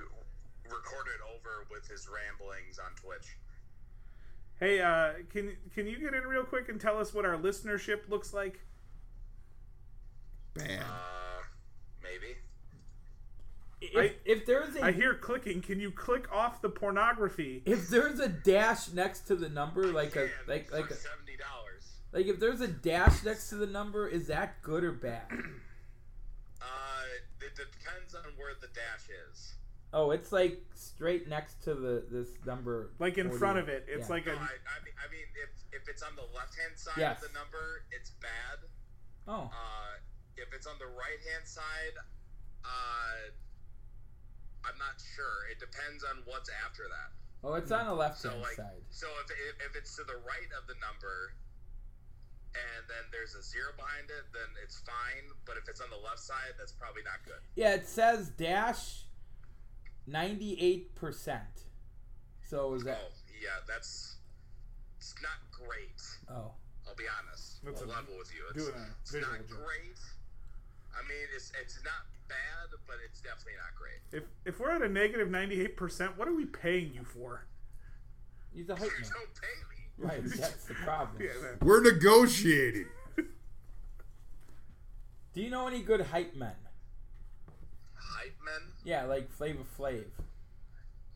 [SPEAKER 6] recorded over with his ramblings on Twitch.
[SPEAKER 3] Hey, uh, can can you get in real quick and tell us what our listenership looks like?
[SPEAKER 2] Bam.
[SPEAKER 6] Uh, maybe.
[SPEAKER 1] If,
[SPEAKER 3] I-
[SPEAKER 1] if there's a
[SPEAKER 3] I hear clicking. Can you click off the pornography?
[SPEAKER 1] if there's a dash next to the number, like a
[SPEAKER 6] And
[SPEAKER 1] like like
[SPEAKER 6] for
[SPEAKER 1] a,
[SPEAKER 6] seventy dollars.
[SPEAKER 1] Like if there's a dash next to the number, is that good or bad?
[SPEAKER 6] Uh, it depends on where the dash is.
[SPEAKER 1] Oh, it's like straight next to the this number.
[SPEAKER 3] Like in
[SPEAKER 1] 40.
[SPEAKER 3] front of it. It's
[SPEAKER 1] Yeah.
[SPEAKER 3] like
[SPEAKER 6] No,
[SPEAKER 3] a.
[SPEAKER 6] I, I mean, I mean, if if it's on the left hand side
[SPEAKER 1] Yes.
[SPEAKER 6] of the number, it's bad.
[SPEAKER 1] Oh,
[SPEAKER 6] Uh, if it's on the right hand side, uh, I'm not sure. It depends on what's after that.
[SPEAKER 1] oh, it's on the left
[SPEAKER 6] So
[SPEAKER 1] hand
[SPEAKER 6] like,
[SPEAKER 1] side.
[SPEAKER 6] so if, if if it's to the right of the number, and then there's a zero behind it, then it's fine. But if it's on the left side, that's probably not good.
[SPEAKER 1] Yeah, it says dash ninety eight percent. So is that?
[SPEAKER 6] Oh, yeah, that's it's not great.
[SPEAKER 1] Oh,
[SPEAKER 6] I'll be honest.
[SPEAKER 3] That's
[SPEAKER 6] I'll
[SPEAKER 3] a-
[SPEAKER 6] level with you. It's,
[SPEAKER 3] doing a
[SPEAKER 6] it's
[SPEAKER 3] visual
[SPEAKER 6] not
[SPEAKER 3] joke.
[SPEAKER 6] great. I mean, it's it's not bad, but it's definitely not great.
[SPEAKER 3] If if we're at a negative ninety eight percent, what are we paying you for?
[SPEAKER 1] he's a hype
[SPEAKER 6] You
[SPEAKER 1] man.
[SPEAKER 6] don't pay me.
[SPEAKER 1] Right, that's the problem.
[SPEAKER 3] Yeah, that-
[SPEAKER 2] We're negotiating.
[SPEAKER 1] Do you know any good hype men?
[SPEAKER 6] Hype men?
[SPEAKER 1] Yeah, like Flavor Flav.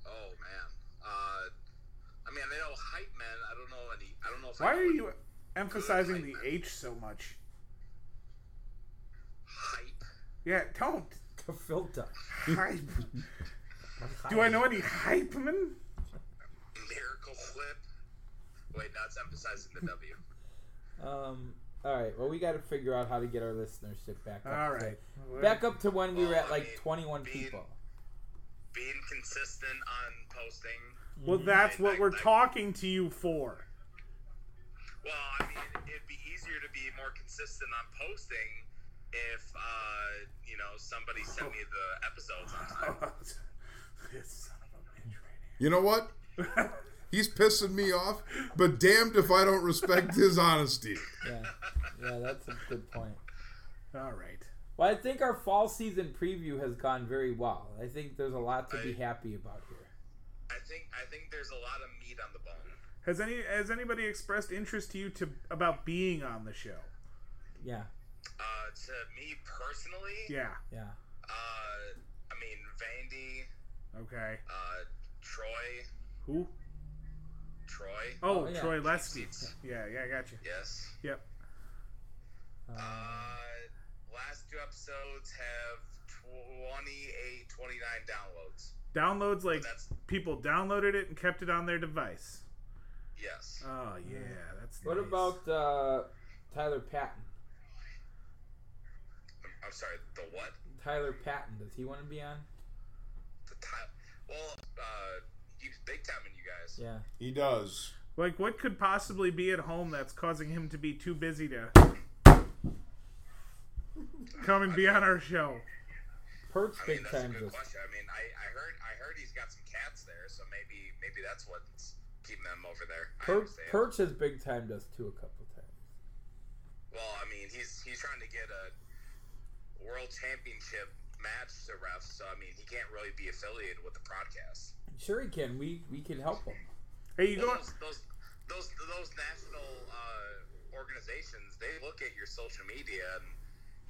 [SPEAKER 6] Oh man. Uh, I mean, I know hype men. I don't know any. I don't know if I
[SPEAKER 3] Why
[SPEAKER 6] know
[SPEAKER 3] are
[SPEAKER 6] any
[SPEAKER 3] you emphasizing the H so much?
[SPEAKER 6] hype?
[SPEAKER 3] Yeah, don't.
[SPEAKER 1] The filter.
[SPEAKER 3] Hype. Do I know any hype men?
[SPEAKER 6] Miracle Whip. Wait, now it's emphasizing the W.
[SPEAKER 1] Um. All right. Well, we got to figure out how to get our listenership back up.
[SPEAKER 3] All
[SPEAKER 1] So
[SPEAKER 3] right.
[SPEAKER 1] Back up to when we were
[SPEAKER 6] Well,
[SPEAKER 1] at
[SPEAKER 6] I
[SPEAKER 1] like
[SPEAKER 6] mean,
[SPEAKER 1] 21
[SPEAKER 6] being-
[SPEAKER 1] people.
[SPEAKER 6] Being consistent on posting.
[SPEAKER 3] Well, that's what we're talking to you for.
[SPEAKER 6] Well, I mean, it'd be easier to be more consistent on posting if uh, you know somebody sent me the episodes on time.
[SPEAKER 3] This son of a bitch right
[SPEAKER 2] You know what? He's pissing me off, but damned if I don't respect his honesty.
[SPEAKER 1] Yeah, yeah, that's a good point.
[SPEAKER 3] here. All right.
[SPEAKER 1] Well, I think our fall season preview has gone very well. I think there's a lot to be
[SPEAKER 6] I-
[SPEAKER 1] happy about here.
[SPEAKER 6] I think I think there's a lot of meat on the bone.
[SPEAKER 3] Has any has anybody expressed interest to you to about being on the show?
[SPEAKER 1] Yeah,
[SPEAKER 6] Uh, to me personally,
[SPEAKER 3] Yeah.
[SPEAKER 1] yeah.
[SPEAKER 6] Uh, I mean, Vandy,
[SPEAKER 3] Okay.
[SPEAKER 6] uh, Troy,
[SPEAKER 3] Who?
[SPEAKER 6] Troy.
[SPEAKER 3] Oh,
[SPEAKER 1] Oh, yeah.
[SPEAKER 3] Troy Lesky.
[SPEAKER 6] Seats.
[SPEAKER 3] Yeah, yeah, I got you.
[SPEAKER 6] Yes.
[SPEAKER 3] Yep.
[SPEAKER 6] Uh, last two episodes have 28, 29 downloads.
[SPEAKER 3] Downloads like
[SPEAKER 6] That's-
[SPEAKER 3] people downloaded it and kept it on their device.
[SPEAKER 6] Yes.
[SPEAKER 1] Uh.
[SPEAKER 3] Oh yeah, that's.
[SPEAKER 1] What
[SPEAKER 3] nice.
[SPEAKER 1] about uh, Tyler Patton?
[SPEAKER 6] I'm, I'm sorry, the what?
[SPEAKER 1] Tyler Patton, does he want to be on?
[SPEAKER 6] The time. Well, uh, he's big time in you guys.
[SPEAKER 1] Yeah.
[SPEAKER 2] He does.
[SPEAKER 3] like what could possibly be at home that's causing him to be too busy to come and be on our show?
[SPEAKER 1] Perch
[SPEAKER 6] I mean,
[SPEAKER 1] big
[SPEAKER 6] that's
[SPEAKER 1] time.
[SPEAKER 6] a good
[SPEAKER 1] Just
[SPEAKER 6] question. I mean, I, I heard I heard he's got some cats there, so maybe maybe that's what's keeping them over there. I
[SPEAKER 1] Perch,
[SPEAKER 6] understand.
[SPEAKER 1] Perch has big timed us too a couple times.
[SPEAKER 6] Well, I mean, he's he's trying to get a world championship match the refs, so I mean, he can't really be affiliated with the broadcast.
[SPEAKER 1] Sure, he can. We we can help him.
[SPEAKER 3] Hey, you going?
[SPEAKER 6] Those those those, those national uh, organizations, they look at your social media and.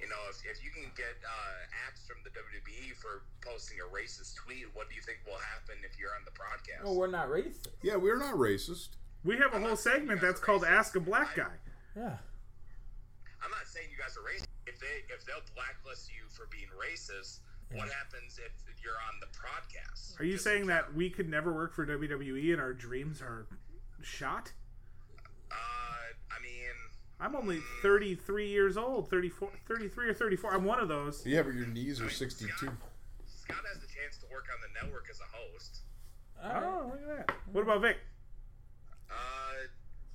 [SPEAKER 6] You know, if, if you can get uh, apps from the WWE for posting a racist tweet, what do you think will happen if you're on the broadcast?
[SPEAKER 1] No, we're not racist.
[SPEAKER 2] Yeah, we're not racist.
[SPEAKER 3] We have a whole segment that's called "Ask a Black Guy."
[SPEAKER 1] Yeah.
[SPEAKER 6] I'm not saying you guys are racist. If they if they'll blacklist you for being racist, what happens if you're on the podcast?
[SPEAKER 3] Mm. Are you saying that we could never work for WWE and our dreams are shot?
[SPEAKER 6] Uh, I mean,
[SPEAKER 3] I'm only 33 years old, 34, 33 or 34. I'm one of those.
[SPEAKER 2] Yeah, but your knees are 62.
[SPEAKER 6] Scott has a chance to work on the network as a host.
[SPEAKER 1] All right.
[SPEAKER 3] Oh, look at that. What about Vic?
[SPEAKER 6] Uh,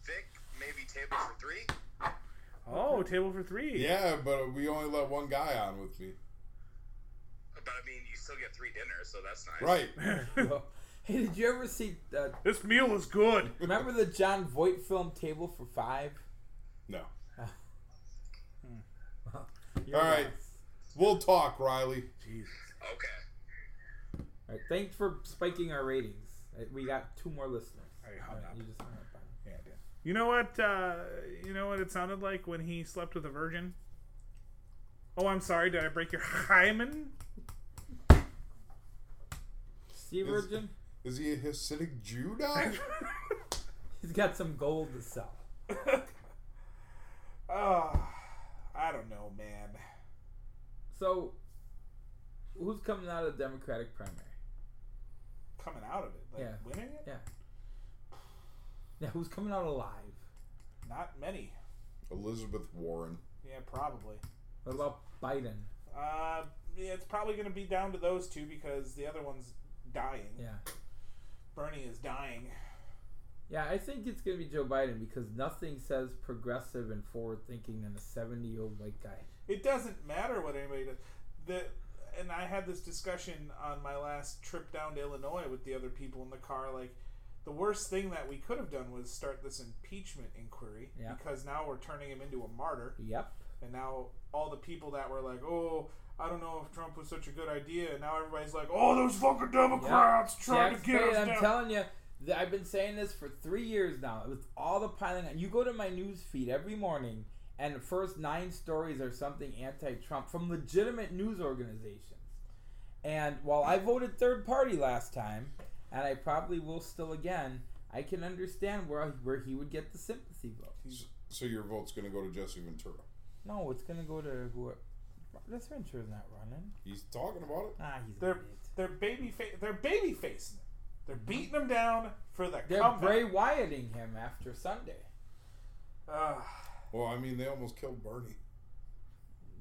[SPEAKER 6] Vic, maybe table for three.
[SPEAKER 3] Oh, table for three.
[SPEAKER 2] Yeah, but we only let one guy on with me.
[SPEAKER 6] But I mean, you still get three dinners, so that's nice.
[SPEAKER 2] Right.
[SPEAKER 1] Well, hey, did you ever see? Uh,
[SPEAKER 3] This meal is good.
[SPEAKER 1] remember the John Voight film Table for Five?
[SPEAKER 2] No.
[SPEAKER 1] You're
[SPEAKER 2] All right.
[SPEAKER 1] nuts.
[SPEAKER 2] We'll talk, Riley.
[SPEAKER 3] Jesus.
[SPEAKER 6] Okay.
[SPEAKER 1] All right. Thanks for spiking our ratings. Uh, We got two more listeners.
[SPEAKER 3] I
[SPEAKER 1] All
[SPEAKER 3] hung
[SPEAKER 1] right,
[SPEAKER 3] up.
[SPEAKER 1] you just hung up on me.
[SPEAKER 3] Yeah, I did. You know what? Uh, you know what it sounded like when he slept with a virgin. Oh, I'm sorry. Did I break your hymen?
[SPEAKER 1] Sea Virgin.
[SPEAKER 2] Is he a Hasidic Jew now?
[SPEAKER 1] He's got some gold to sell.
[SPEAKER 3] Oh, I don't know, man.
[SPEAKER 1] So, who's coming out of the Democratic primary?
[SPEAKER 3] Coming out of it, like
[SPEAKER 1] Yeah.
[SPEAKER 3] winning it,
[SPEAKER 1] Yeah. Yeah, who's coming out alive?
[SPEAKER 3] not many.
[SPEAKER 2] Elizabeth Warren.
[SPEAKER 3] Yeah, probably.
[SPEAKER 1] What about Biden?
[SPEAKER 3] Uh, yeah, it's probably going to be down to those two because the other one's dying.
[SPEAKER 1] Yeah.
[SPEAKER 3] Bernie is dying.
[SPEAKER 1] Yeah, I think it's going to be Joe Biden because nothing says progressive and forward thinking than a 70 year old white guy.
[SPEAKER 3] It doesn't matter what anybody does. The and I had this discussion on my last trip down to Illinois with the other people in the car. Like, the worst thing that we could have done was start this impeachment inquiry
[SPEAKER 1] Yeah.
[SPEAKER 3] because now we're turning him into a martyr.
[SPEAKER 1] Yep.
[SPEAKER 3] And now all the people that were like, oh, I don't know if Trump was such a good idea, and now everybody's like, oh, those fucking Democrats trying to get
[SPEAKER 1] Taxpayer,
[SPEAKER 3] us
[SPEAKER 1] I'm
[SPEAKER 3] down.
[SPEAKER 1] telling you, th- I've been saying this for three years now. With all the piling on, you go to my news feed every morning, and the first nine stories are something anti-Trump from legitimate news organizations. And while I voted third party last time, and I probably will still again, I can understand where where he would get the sympathy vote.
[SPEAKER 2] So your vote's going to go to Jesse Ventura.
[SPEAKER 1] No, it's gonna go to whoever. This Ventura's not running.
[SPEAKER 2] He's talking about it.
[SPEAKER 1] Ah, he's an
[SPEAKER 3] They're
[SPEAKER 1] idiot.
[SPEAKER 3] they're baby fa- they're baby facing it. They're beating them down for the
[SPEAKER 1] Mm-hmm. They're
[SPEAKER 3] comeback.
[SPEAKER 1] Bray Wyatting him after Sunday.
[SPEAKER 3] Ugh,
[SPEAKER 2] Well, I mean, they almost killed Bernie.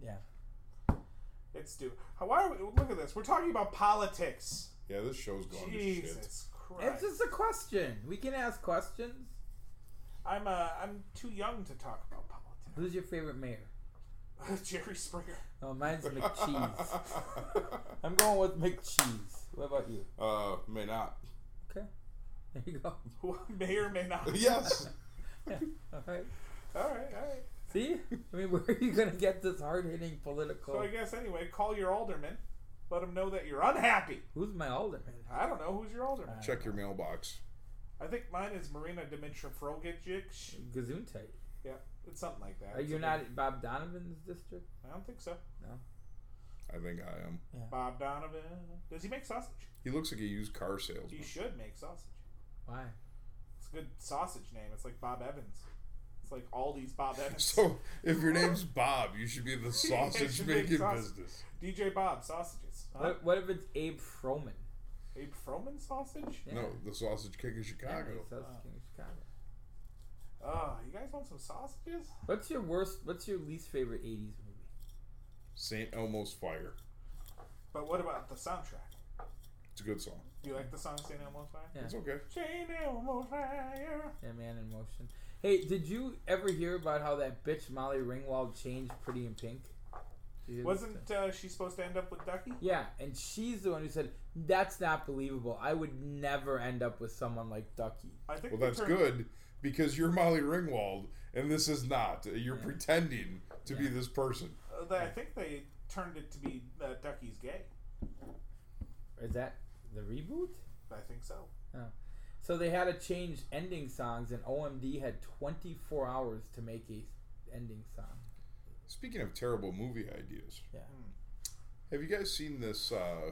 [SPEAKER 1] Yeah.
[SPEAKER 3] it's due. Why are we look at this? We're talking about politics.
[SPEAKER 2] Yeah, this show's gone to shit.
[SPEAKER 3] Jesus
[SPEAKER 1] It's
[SPEAKER 3] Christ!
[SPEAKER 1] just a question. We can ask questions.
[SPEAKER 3] I'm uh, I'm too young to talk about politics.
[SPEAKER 1] Who's your favorite mayor?
[SPEAKER 3] Jerry Springer.
[SPEAKER 1] Oh, mine's McCheese. I'm going with McCheese. What about you?
[SPEAKER 2] uh, may not.
[SPEAKER 1] Okay. There you go.
[SPEAKER 3] Who may or may not.
[SPEAKER 2] Yes.
[SPEAKER 1] All right.
[SPEAKER 3] All right, all right.
[SPEAKER 1] See? I mean, where are you going to get this hard hitting political?
[SPEAKER 3] So I guess anyway, call your alderman. Let them know that you're unhappy.
[SPEAKER 1] Who's my alderman?
[SPEAKER 3] I don't know who's your alderman.
[SPEAKER 2] Check your mailbox.
[SPEAKER 3] I think mine is Marina Dimitra Frogic.
[SPEAKER 1] Gazuntite.
[SPEAKER 3] Yeah, it's something like that.
[SPEAKER 1] Are
[SPEAKER 3] It's
[SPEAKER 1] you
[SPEAKER 3] a
[SPEAKER 1] not
[SPEAKER 3] big-
[SPEAKER 1] in Bob Donovan's district?
[SPEAKER 3] I don't think so.
[SPEAKER 1] No.
[SPEAKER 2] I think I am.
[SPEAKER 3] Bob Donovan. Does he make sausage?
[SPEAKER 2] He looks like a used car salesman.
[SPEAKER 3] He should make sausage.
[SPEAKER 1] Why?
[SPEAKER 3] It's a good sausage name. It's like Bob Evans. It's like Aldi's Bob Evans.
[SPEAKER 2] So, if your name's Bob, you should be in the
[SPEAKER 3] Yeah, you
[SPEAKER 2] sausage
[SPEAKER 3] should make
[SPEAKER 2] making
[SPEAKER 3] sausage.
[SPEAKER 2] business.
[SPEAKER 3] DJ Bob sausages. Huh?
[SPEAKER 1] What, what if it's Abe Froman?
[SPEAKER 3] Abe Froman sausage?
[SPEAKER 1] Yeah.
[SPEAKER 2] No, the sausage king of Chicago.
[SPEAKER 1] Yeah, he says King of Chicago.
[SPEAKER 3] Oh, you guys want some sausages?
[SPEAKER 1] What's your worst, what's your least favorite 80s movie?
[SPEAKER 2] St. Elmo's Fire.
[SPEAKER 3] But what about the soundtrack?
[SPEAKER 2] It's a good song.
[SPEAKER 3] Do you like the song St. Elmo's Fire?
[SPEAKER 1] Yeah.
[SPEAKER 2] It's okay.
[SPEAKER 3] St. Elmo's Fire.
[SPEAKER 1] Yeah, man in motion. Hey, did you ever hear about how that bitch Molly Ringwald changed Pretty in Pink? You hear this
[SPEAKER 3] Wasn't
[SPEAKER 1] thing?
[SPEAKER 3] uh, she supposed to end up with Ducky?
[SPEAKER 1] Yeah, and she's the one who said, That's not believable. I would never end up with someone like Ducky.
[SPEAKER 3] I think
[SPEAKER 2] Well,
[SPEAKER 3] they
[SPEAKER 2] that's
[SPEAKER 3] turned-
[SPEAKER 2] good because you're Molly Ringwald, and this is not. You're pretending Uh, to be this person.
[SPEAKER 3] Uh, they, I think they turned it to be that Ducky's gay.
[SPEAKER 1] Is that the reboot?
[SPEAKER 3] I think so.
[SPEAKER 1] So they had to change ending songs, and OMD had 24 hours to make a ending song.
[SPEAKER 2] Speaking of terrible movie ideas,
[SPEAKER 1] Yeah.
[SPEAKER 2] have you guys seen this uh,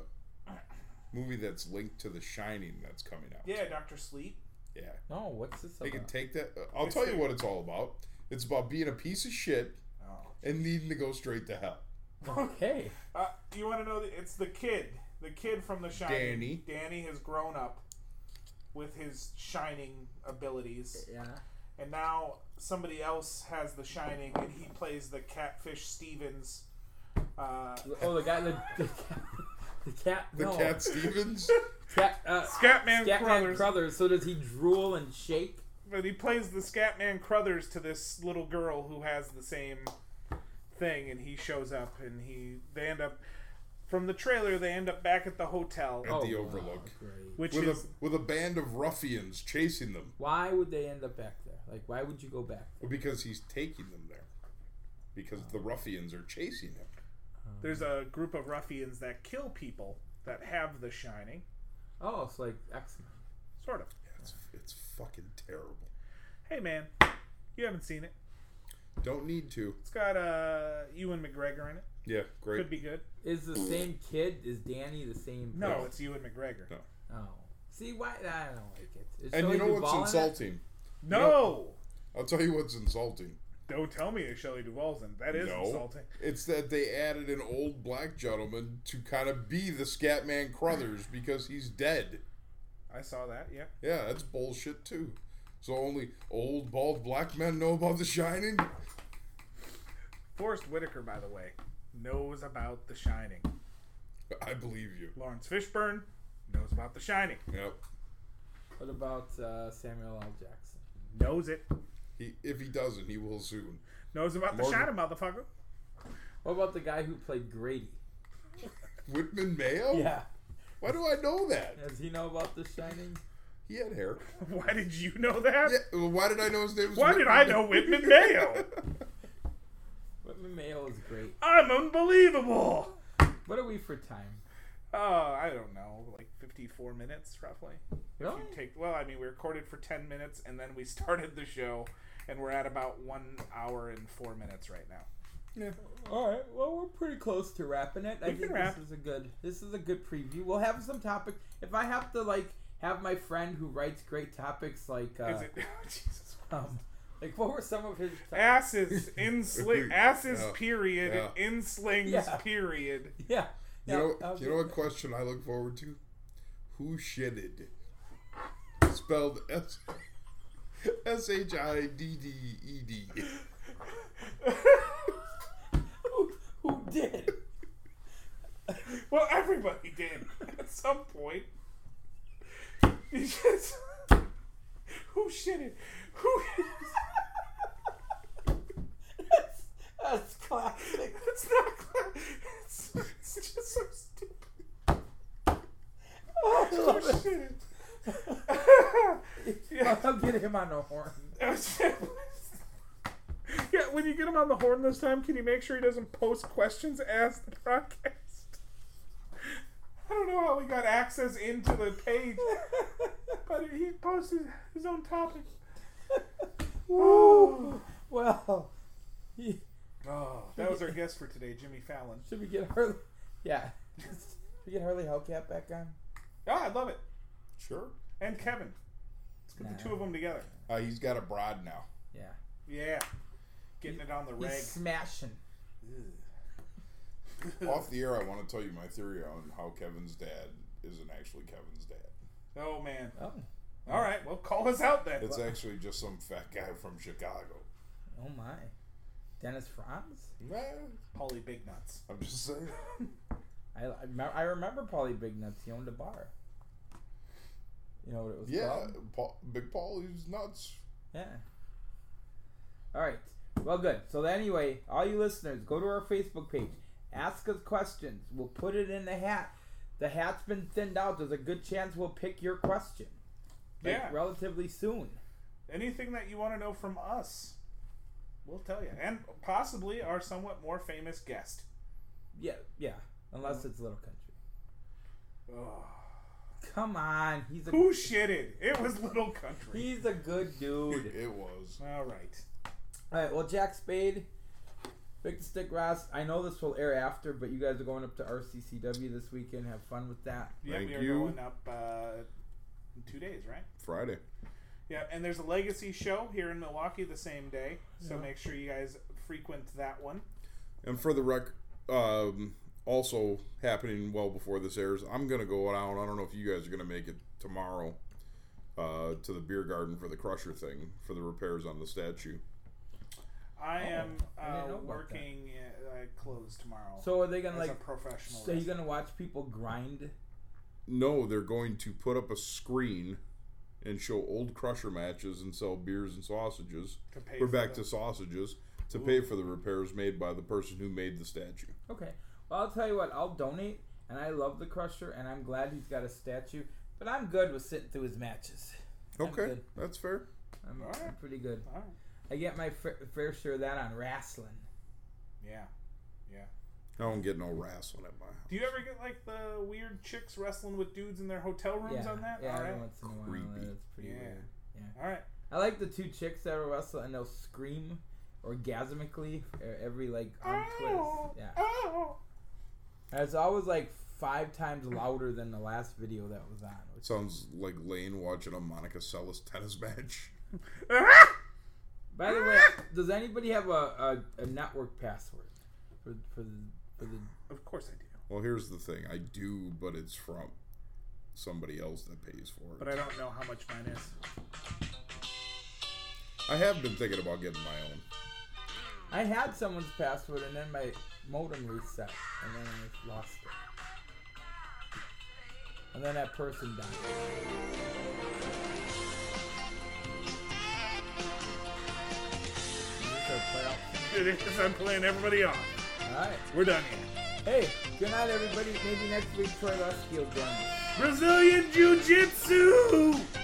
[SPEAKER 2] movie that's linked to The Shining that's coming out?
[SPEAKER 3] Yeah, Doctor Sleep.
[SPEAKER 2] Yeah.
[SPEAKER 1] No, what's this
[SPEAKER 2] They
[SPEAKER 1] about?
[SPEAKER 2] can take that. Uh, I'll
[SPEAKER 3] It's
[SPEAKER 2] tell you
[SPEAKER 3] their-
[SPEAKER 2] what it's all about. It's about being a piece of shit
[SPEAKER 3] Oh.
[SPEAKER 2] and needing to go straight to hell.
[SPEAKER 1] okay.
[SPEAKER 3] Uh, you want to know? The, it's the kid, the kid from The Shining.
[SPEAKER 2] Danny.
[SPEAKER 3] Danny has grown up with his shining abilities,
[SPEAKER 1] Yeah.
[SPEAKER 3] and now somebody else has The Shining, and he plays the Catfish Stevens. Uh,
[SPEAKER 1] Oh, the guy, the, the cat, the cat,
[SPEAKER 2] The
[SPEAKER 1] no,
[SPEAKER 2] Cat Stevens.
[SPEAKER 1] cat, uh,
[SPEAKER 3] Scatman
[SPEAKER 1] Scatman
[SPEAKER 3] Crothers.
[SPEAKER 1] Crothers. So does he drool and shake?
[SPEAKER 3] But he plays the Scatman Crothers to this little girl who has the same thing, and he shows up, and he they end up from the trailer. They end up back at the hotel,
[SPEAKER 2] At the
[SPEAKER 1] wow,
[SPEAKER 2] Overlook.
[SPEAKER 1] great.
[SPEAKER 3] which
[SPEAKER 2] Oh. with a
[SPEAKER 3] is
[SPEAKER 2] with a band of ruffians chasing them
[SPEAKER 1] Why would they end up back there? Like, why would you go back there?
[SPEAKER 2] because he's taking them there because the ruffians are chasing him.
[SPEAKER 3] there's a group of ruffians that kill people that have the Shining,
[SPEAKER 1] Oh, it's like X Men.
[SPEAKER 3] sort of.
[SPEAKER 2] It's, it's fucking terrible.
[SPEAKER 3] Hey man, you haven't seen it.
[SPEAKER 2] Don't need to.
[SPEAKER 3] It's got uh Ewan McGregor in it.
[SPEAKER 2] Yeah, great.
[SPEAKER 3] Could be good.
[SPEAKER 1] Is the same kid? Is Danny the same?
[SPEAKER 3] No,
[SPEAKER 1] person?
[SPEAKER 3] it's Ewan McGregor.
[SPEAKER 2] No.
[SPEAKER 1] Oh, see why? I don't like it. Is
[SPEAKER 2] and
[SPEAKER 1] Shelley
[SPEAKER 2] you know what's
[SPEAKER 1] Duvall in it?
[SPEAKER 2] insulting?
[SPEAKER 3] No,
[SPEAKER 2] I'll tell you what's insulting.
[SPEAKER 3] don't tell me that Shelley Duvall's in. it. That is
[SPEAKER 2] no,
[SPEAKER 3] insulting.
[SPEAKER 2] it's that they added an old black gentleman to kind of be the Scatman Crothers because he's dead.
[SPEAKER 3] I saw that. Yeah.
[SPEAKER 2] Yeah, that's bullshit too. So only old bald black men know about The Shining.
[SPEAKER 3] Forrest Whitaker, by the way, knows about The Shining.
[SPEAKER 2] I believe you.
[SPEAKER 3] Lawrence Fishburne knows about The Shining.
[SPEAKER 2] Yep.
[SPEAKER 1] What about uh, Samuel L. Jackson?
[SPEAKER 3] Knows it.
[SPEAKER 2] He, if he doesn't, he will soon.
[SPEAKER 3] Knows about The
[SPEAKER 2] Morgan-
[SPEAKER 3] Shining, motherfucker.
[SPEAKER 1] What about the guy who played Grady?
[SPEAKER 2] Whitman Mayo? Why do I know that?
[SPEAKER 1] Does he know about The Shining?
[SPEAKER 2] He had hair.
[SPEAKER 3] Why did you know that?
[SPEAKER 2] Yeah, well, why did I know his name was
[SPEAKER 3] Why did
[SPEAKER 2] Whitman
[SPEAKER 3] I
[SPEAKER 2] Mayo?
[SPEAKER 3] know Whitman Mayo?
[SPEAKER 1] Whitman Mayo is great.
[SPEAKER 3] I'm unbelievable.
[SPEAKER 1] What are we for time?
[SPEAKER 3] Oh, I don't know, like 54 minutes roughly. If
[SPEAKER 1] Really?
[SPEAKER 3] you take well, I mean, we recorded for 10 minutes and then we started the show, and we're at about one hour and four minutes right now.
[SPEAKER 1] All right. Well, we're pretty close to wrapping it. I
[SPEAKER 3] can
[SPEAKER 1] think
[SPEAKER 3] wrap.
[SPEAKER 1] this is a good. This is a good preview. We'll have some topic. If I have to like have my friend who writes great topics, like uh,
[SPEAKER 3] Is it? Jesus.
[SPEAKER 1] um, like what were some of his? Top-
[SPEAKER 3] Asses in sling, asses
[SPEAKER 2] Yeah.
[SPEAKER 3] period,
[SPEAKER 2] Yeah.
[SPEAKER 3] in slings
[SPEAKER 1] Yeah.
[SPEAKER 3] period.
[SPEAKER 1] yeah.
[SPEAKER 2] You know,
[SPEAKER 1] yeah, I'll
[SPEAKER 2] you know
[SPEAKER 1] do
[SPEAKER 2] what
[SPEAKER 1] that.
[SPEAKER 2] question I look forward to? Who shitted? Spelled S S H I D D E D.
[SPEAKER 1] Who, who did?
[SPEAKER 3] Well, everybody did at some point. You just- who shitted? Who?
[SPEAKER 1] that's, that's classic.
[SPEAKER 3] It's not. cla- It's, it's just so stupid.
[SPEAKER 1] Oh, I
[SPEAKER 3] Who
[SPEAKER 1] love it.
[SPEAKER 3] shitted?
[SPEAKER 1] I'll get him on the horn.
[SPEAKER 3] yeah, when you get him on the horn this time, can you make sure he doesn't post questions as the broadcast? I don't know how he got access into the page, but he posted his own topic.
[SPEAKER 1] Woo. Well, he-
[SPEAKER 3] Oh, that was our guest for today, Jimmy Fallon.
[SPEAKER 1] should we get Harley? Yeah. Should we get Harley Hellcat back on?
[SPEAKER 3] Oh, I love it.
[SPEAKER 2] Sure.
[SPEAKER 3] And Kevin. Let's get the two of them together.
[SPEAKER 2] Uh, he's got a broad now.
[SPEAKER 1] Yeah.
[SPEAKER 3] Yeah. Getting it on the
[SPEAKER 1] He's
[SPEAKER 3] reg.
[SPEAKER 1] smashing.
[SPEAKER 2] Off the air, I want to tell you my theory on how Kevin's dad isn't actually Kevin's dad.
[SPEAKER 3] Oh, man.
[SPEAKER 1] Oh.
[SPEAKER 3] All right, well, call us out then.
[SPEAKER 2] It's actually just some fat guy from Chicago.
[SPEAKER 1] Oh my. Dennis Franz?
[SPEAKER 2] Nah,
[SPEAKER 3] Polly Big Nuts.
[SPEAKER 2] I'm just saying.
[SPEAKER 1] I, I me- I remember Polly Big Nuts. He owned a bar. You know what it was
[SPEAKER 2] Yeah,
[SPEAKER 1] called?
[SPEAKER 2] Paul, Big Paul, he's nuts.
[SPEAKER 1] Yeah. All right. Well, good. So anyway, all you listeners, go to our Facebook page. Ask us questions. We'll put it in the hat. The hat's been thinned out. There's a good chance we'll pick your question like,
[SPEAKER 3] Yeah.
[SPEAKER 1] relatively soon.
[SPEAKER 3] Anything that you want to know from us, we'll tell you. And possibly our somewhat more famous guest.
[SPEAKER 1] yeah, yeah. Unless it's Little Country.
[SPEAKER 3] Ugh.
[SPEAKER 1] Come on, he's a
[SPEAKER 3] Who shitted? It was Little Country.
[SPEAKER 1] he's a good dude.
[SPEAKER 2] It was.
[SPEAKER 3] All right.
[SPEAKER 1] All right, well, Jack Spade, Victor Stick Ross. I know this will air after, but you guys are going up to RCCW this weekend. Have fun with that.
[SPEAKER 3] Yep,
[SPEAKER 2] Thank
[SPEAKER 3] you're
[SPEAKER 2] you.
[SPEAKER 3] going up uh, in two days, right?
[SPEAKER 2] Friday.
[SPEAKER 3] Yeah, and there's a legacy show here in Milwaukee the same day, so make sure you guys frequent that one.
[SPEAKER 2] And for the rec, um, also happening well before this airs, I'm gonna go out. I don't know if you guys are gonna make it tomorrow uh, to the beer garden for the crusher thing for the repairs on the statue.
[SPEAKER 3] I am
[SPEAKER 1] Oh, I didn't know
[SPEAKER 3] uh,
[SPEAKER 1] about
[SPEAKER 3] working uh, closed tomorrow.
[SPEAKER 1] So are they
[SPEAKER 3] as
[SPEAKER 1] gonna
[SPEAKER 3] a
[SPEAKER 1] like?
[SPEAKER 3] professional.
[SPEAKER 1] So you
[SPEAKER 3] wrestler.
[SPEAKER 1] gonna watch people grind?
[SPEAKER 2] No, they're going to put up a screen and show old crusher matches and sell beers and sausages.
[SPEAKER 3] To pay
[SPEAKER 2] We're
[SPEAKER 3] for
[SPEAKER 2] back
[SPEAKER 3] the-
[SPEAKER 2] to sausages to pay for the repairs made by the person who made the statue.
[SPEAKER 1] Okay. Well, I'll tell you what. I'll donate, and I love the Crusher, and I'm glad he's got a statue. But I'm good with sitting through his matches. I'm
[SPEAKER 2] Okay,
[SPEAKER 1] good.
[SPEAKER 2] that's fair.
[SPEAKER 1] I'm,
[SPEAKER 3] All right.
[SPEAKER 1] I'm pretty good.
[SPEAKER 3] All right.
[SPEAKER 1] I get my fa- fair share of that on wrestling.
[SPEAKER 3] Yeah, yeah.
[SPEAKER 2] I don't get no wrestling at my house.
[SPEAKER 3] Do you ever get like the weird chicks wrestling with dudes in their hotel rooms
[SPEAKER 1] yeah,
[SPEAKER 3] on that?
[SPEAKER 1] yeah.
[SPEAKER 3] All
[SPEAKER 1] every
[SPEAKER 3] right.
[SPEAKER 1] once in a while,
[SPEAKER 2] Creepy.
[SPEAKER 1] that's pretty
[SPEAKER 3] Yeah.
[SPEAKER 1] weird.
[SPEAKER 3] All right.
[SPEAKER 1] I like the two chicks that will wrestle and they'll scream orgasmically e- every like arm
[SPEAKER 3] Oh,
[SPEAKER 1] twist. Yeah,
[SPEAKER 3] oh.
[SPEAKER 1] and it's always like five times louder than the last video that was on. Which,
[SPEAKER 2] Sounds like Lane watching a Monica Seles tennis match.
[SPEAKER 1] by the way, does anybody have a, a, a network password for for the for the?
[SPEAKER 3] Of course I do,
[SPEAKER 2] Well, here's the thing. I do, but it's from somebody else that pays for it.
[SPEAKER 3] but I don't know how much mine is.
[SPEAKER 2] I have been thinking about getting my own.
[SPEAKER 1] I had someone's password and then my modem reset and then I lost it. And then that person died.
[SPEAKER 3] It is. I'm playing everybody off.
[SPEAKER 1] Alright.
[SPEAKER 3] We're done here.
[SPEAKER 1] Hey, good night, everybody. Maybe next week Troy Rusky will join us.
[SPEAKER 3] Brazilian Jiu Jitsu!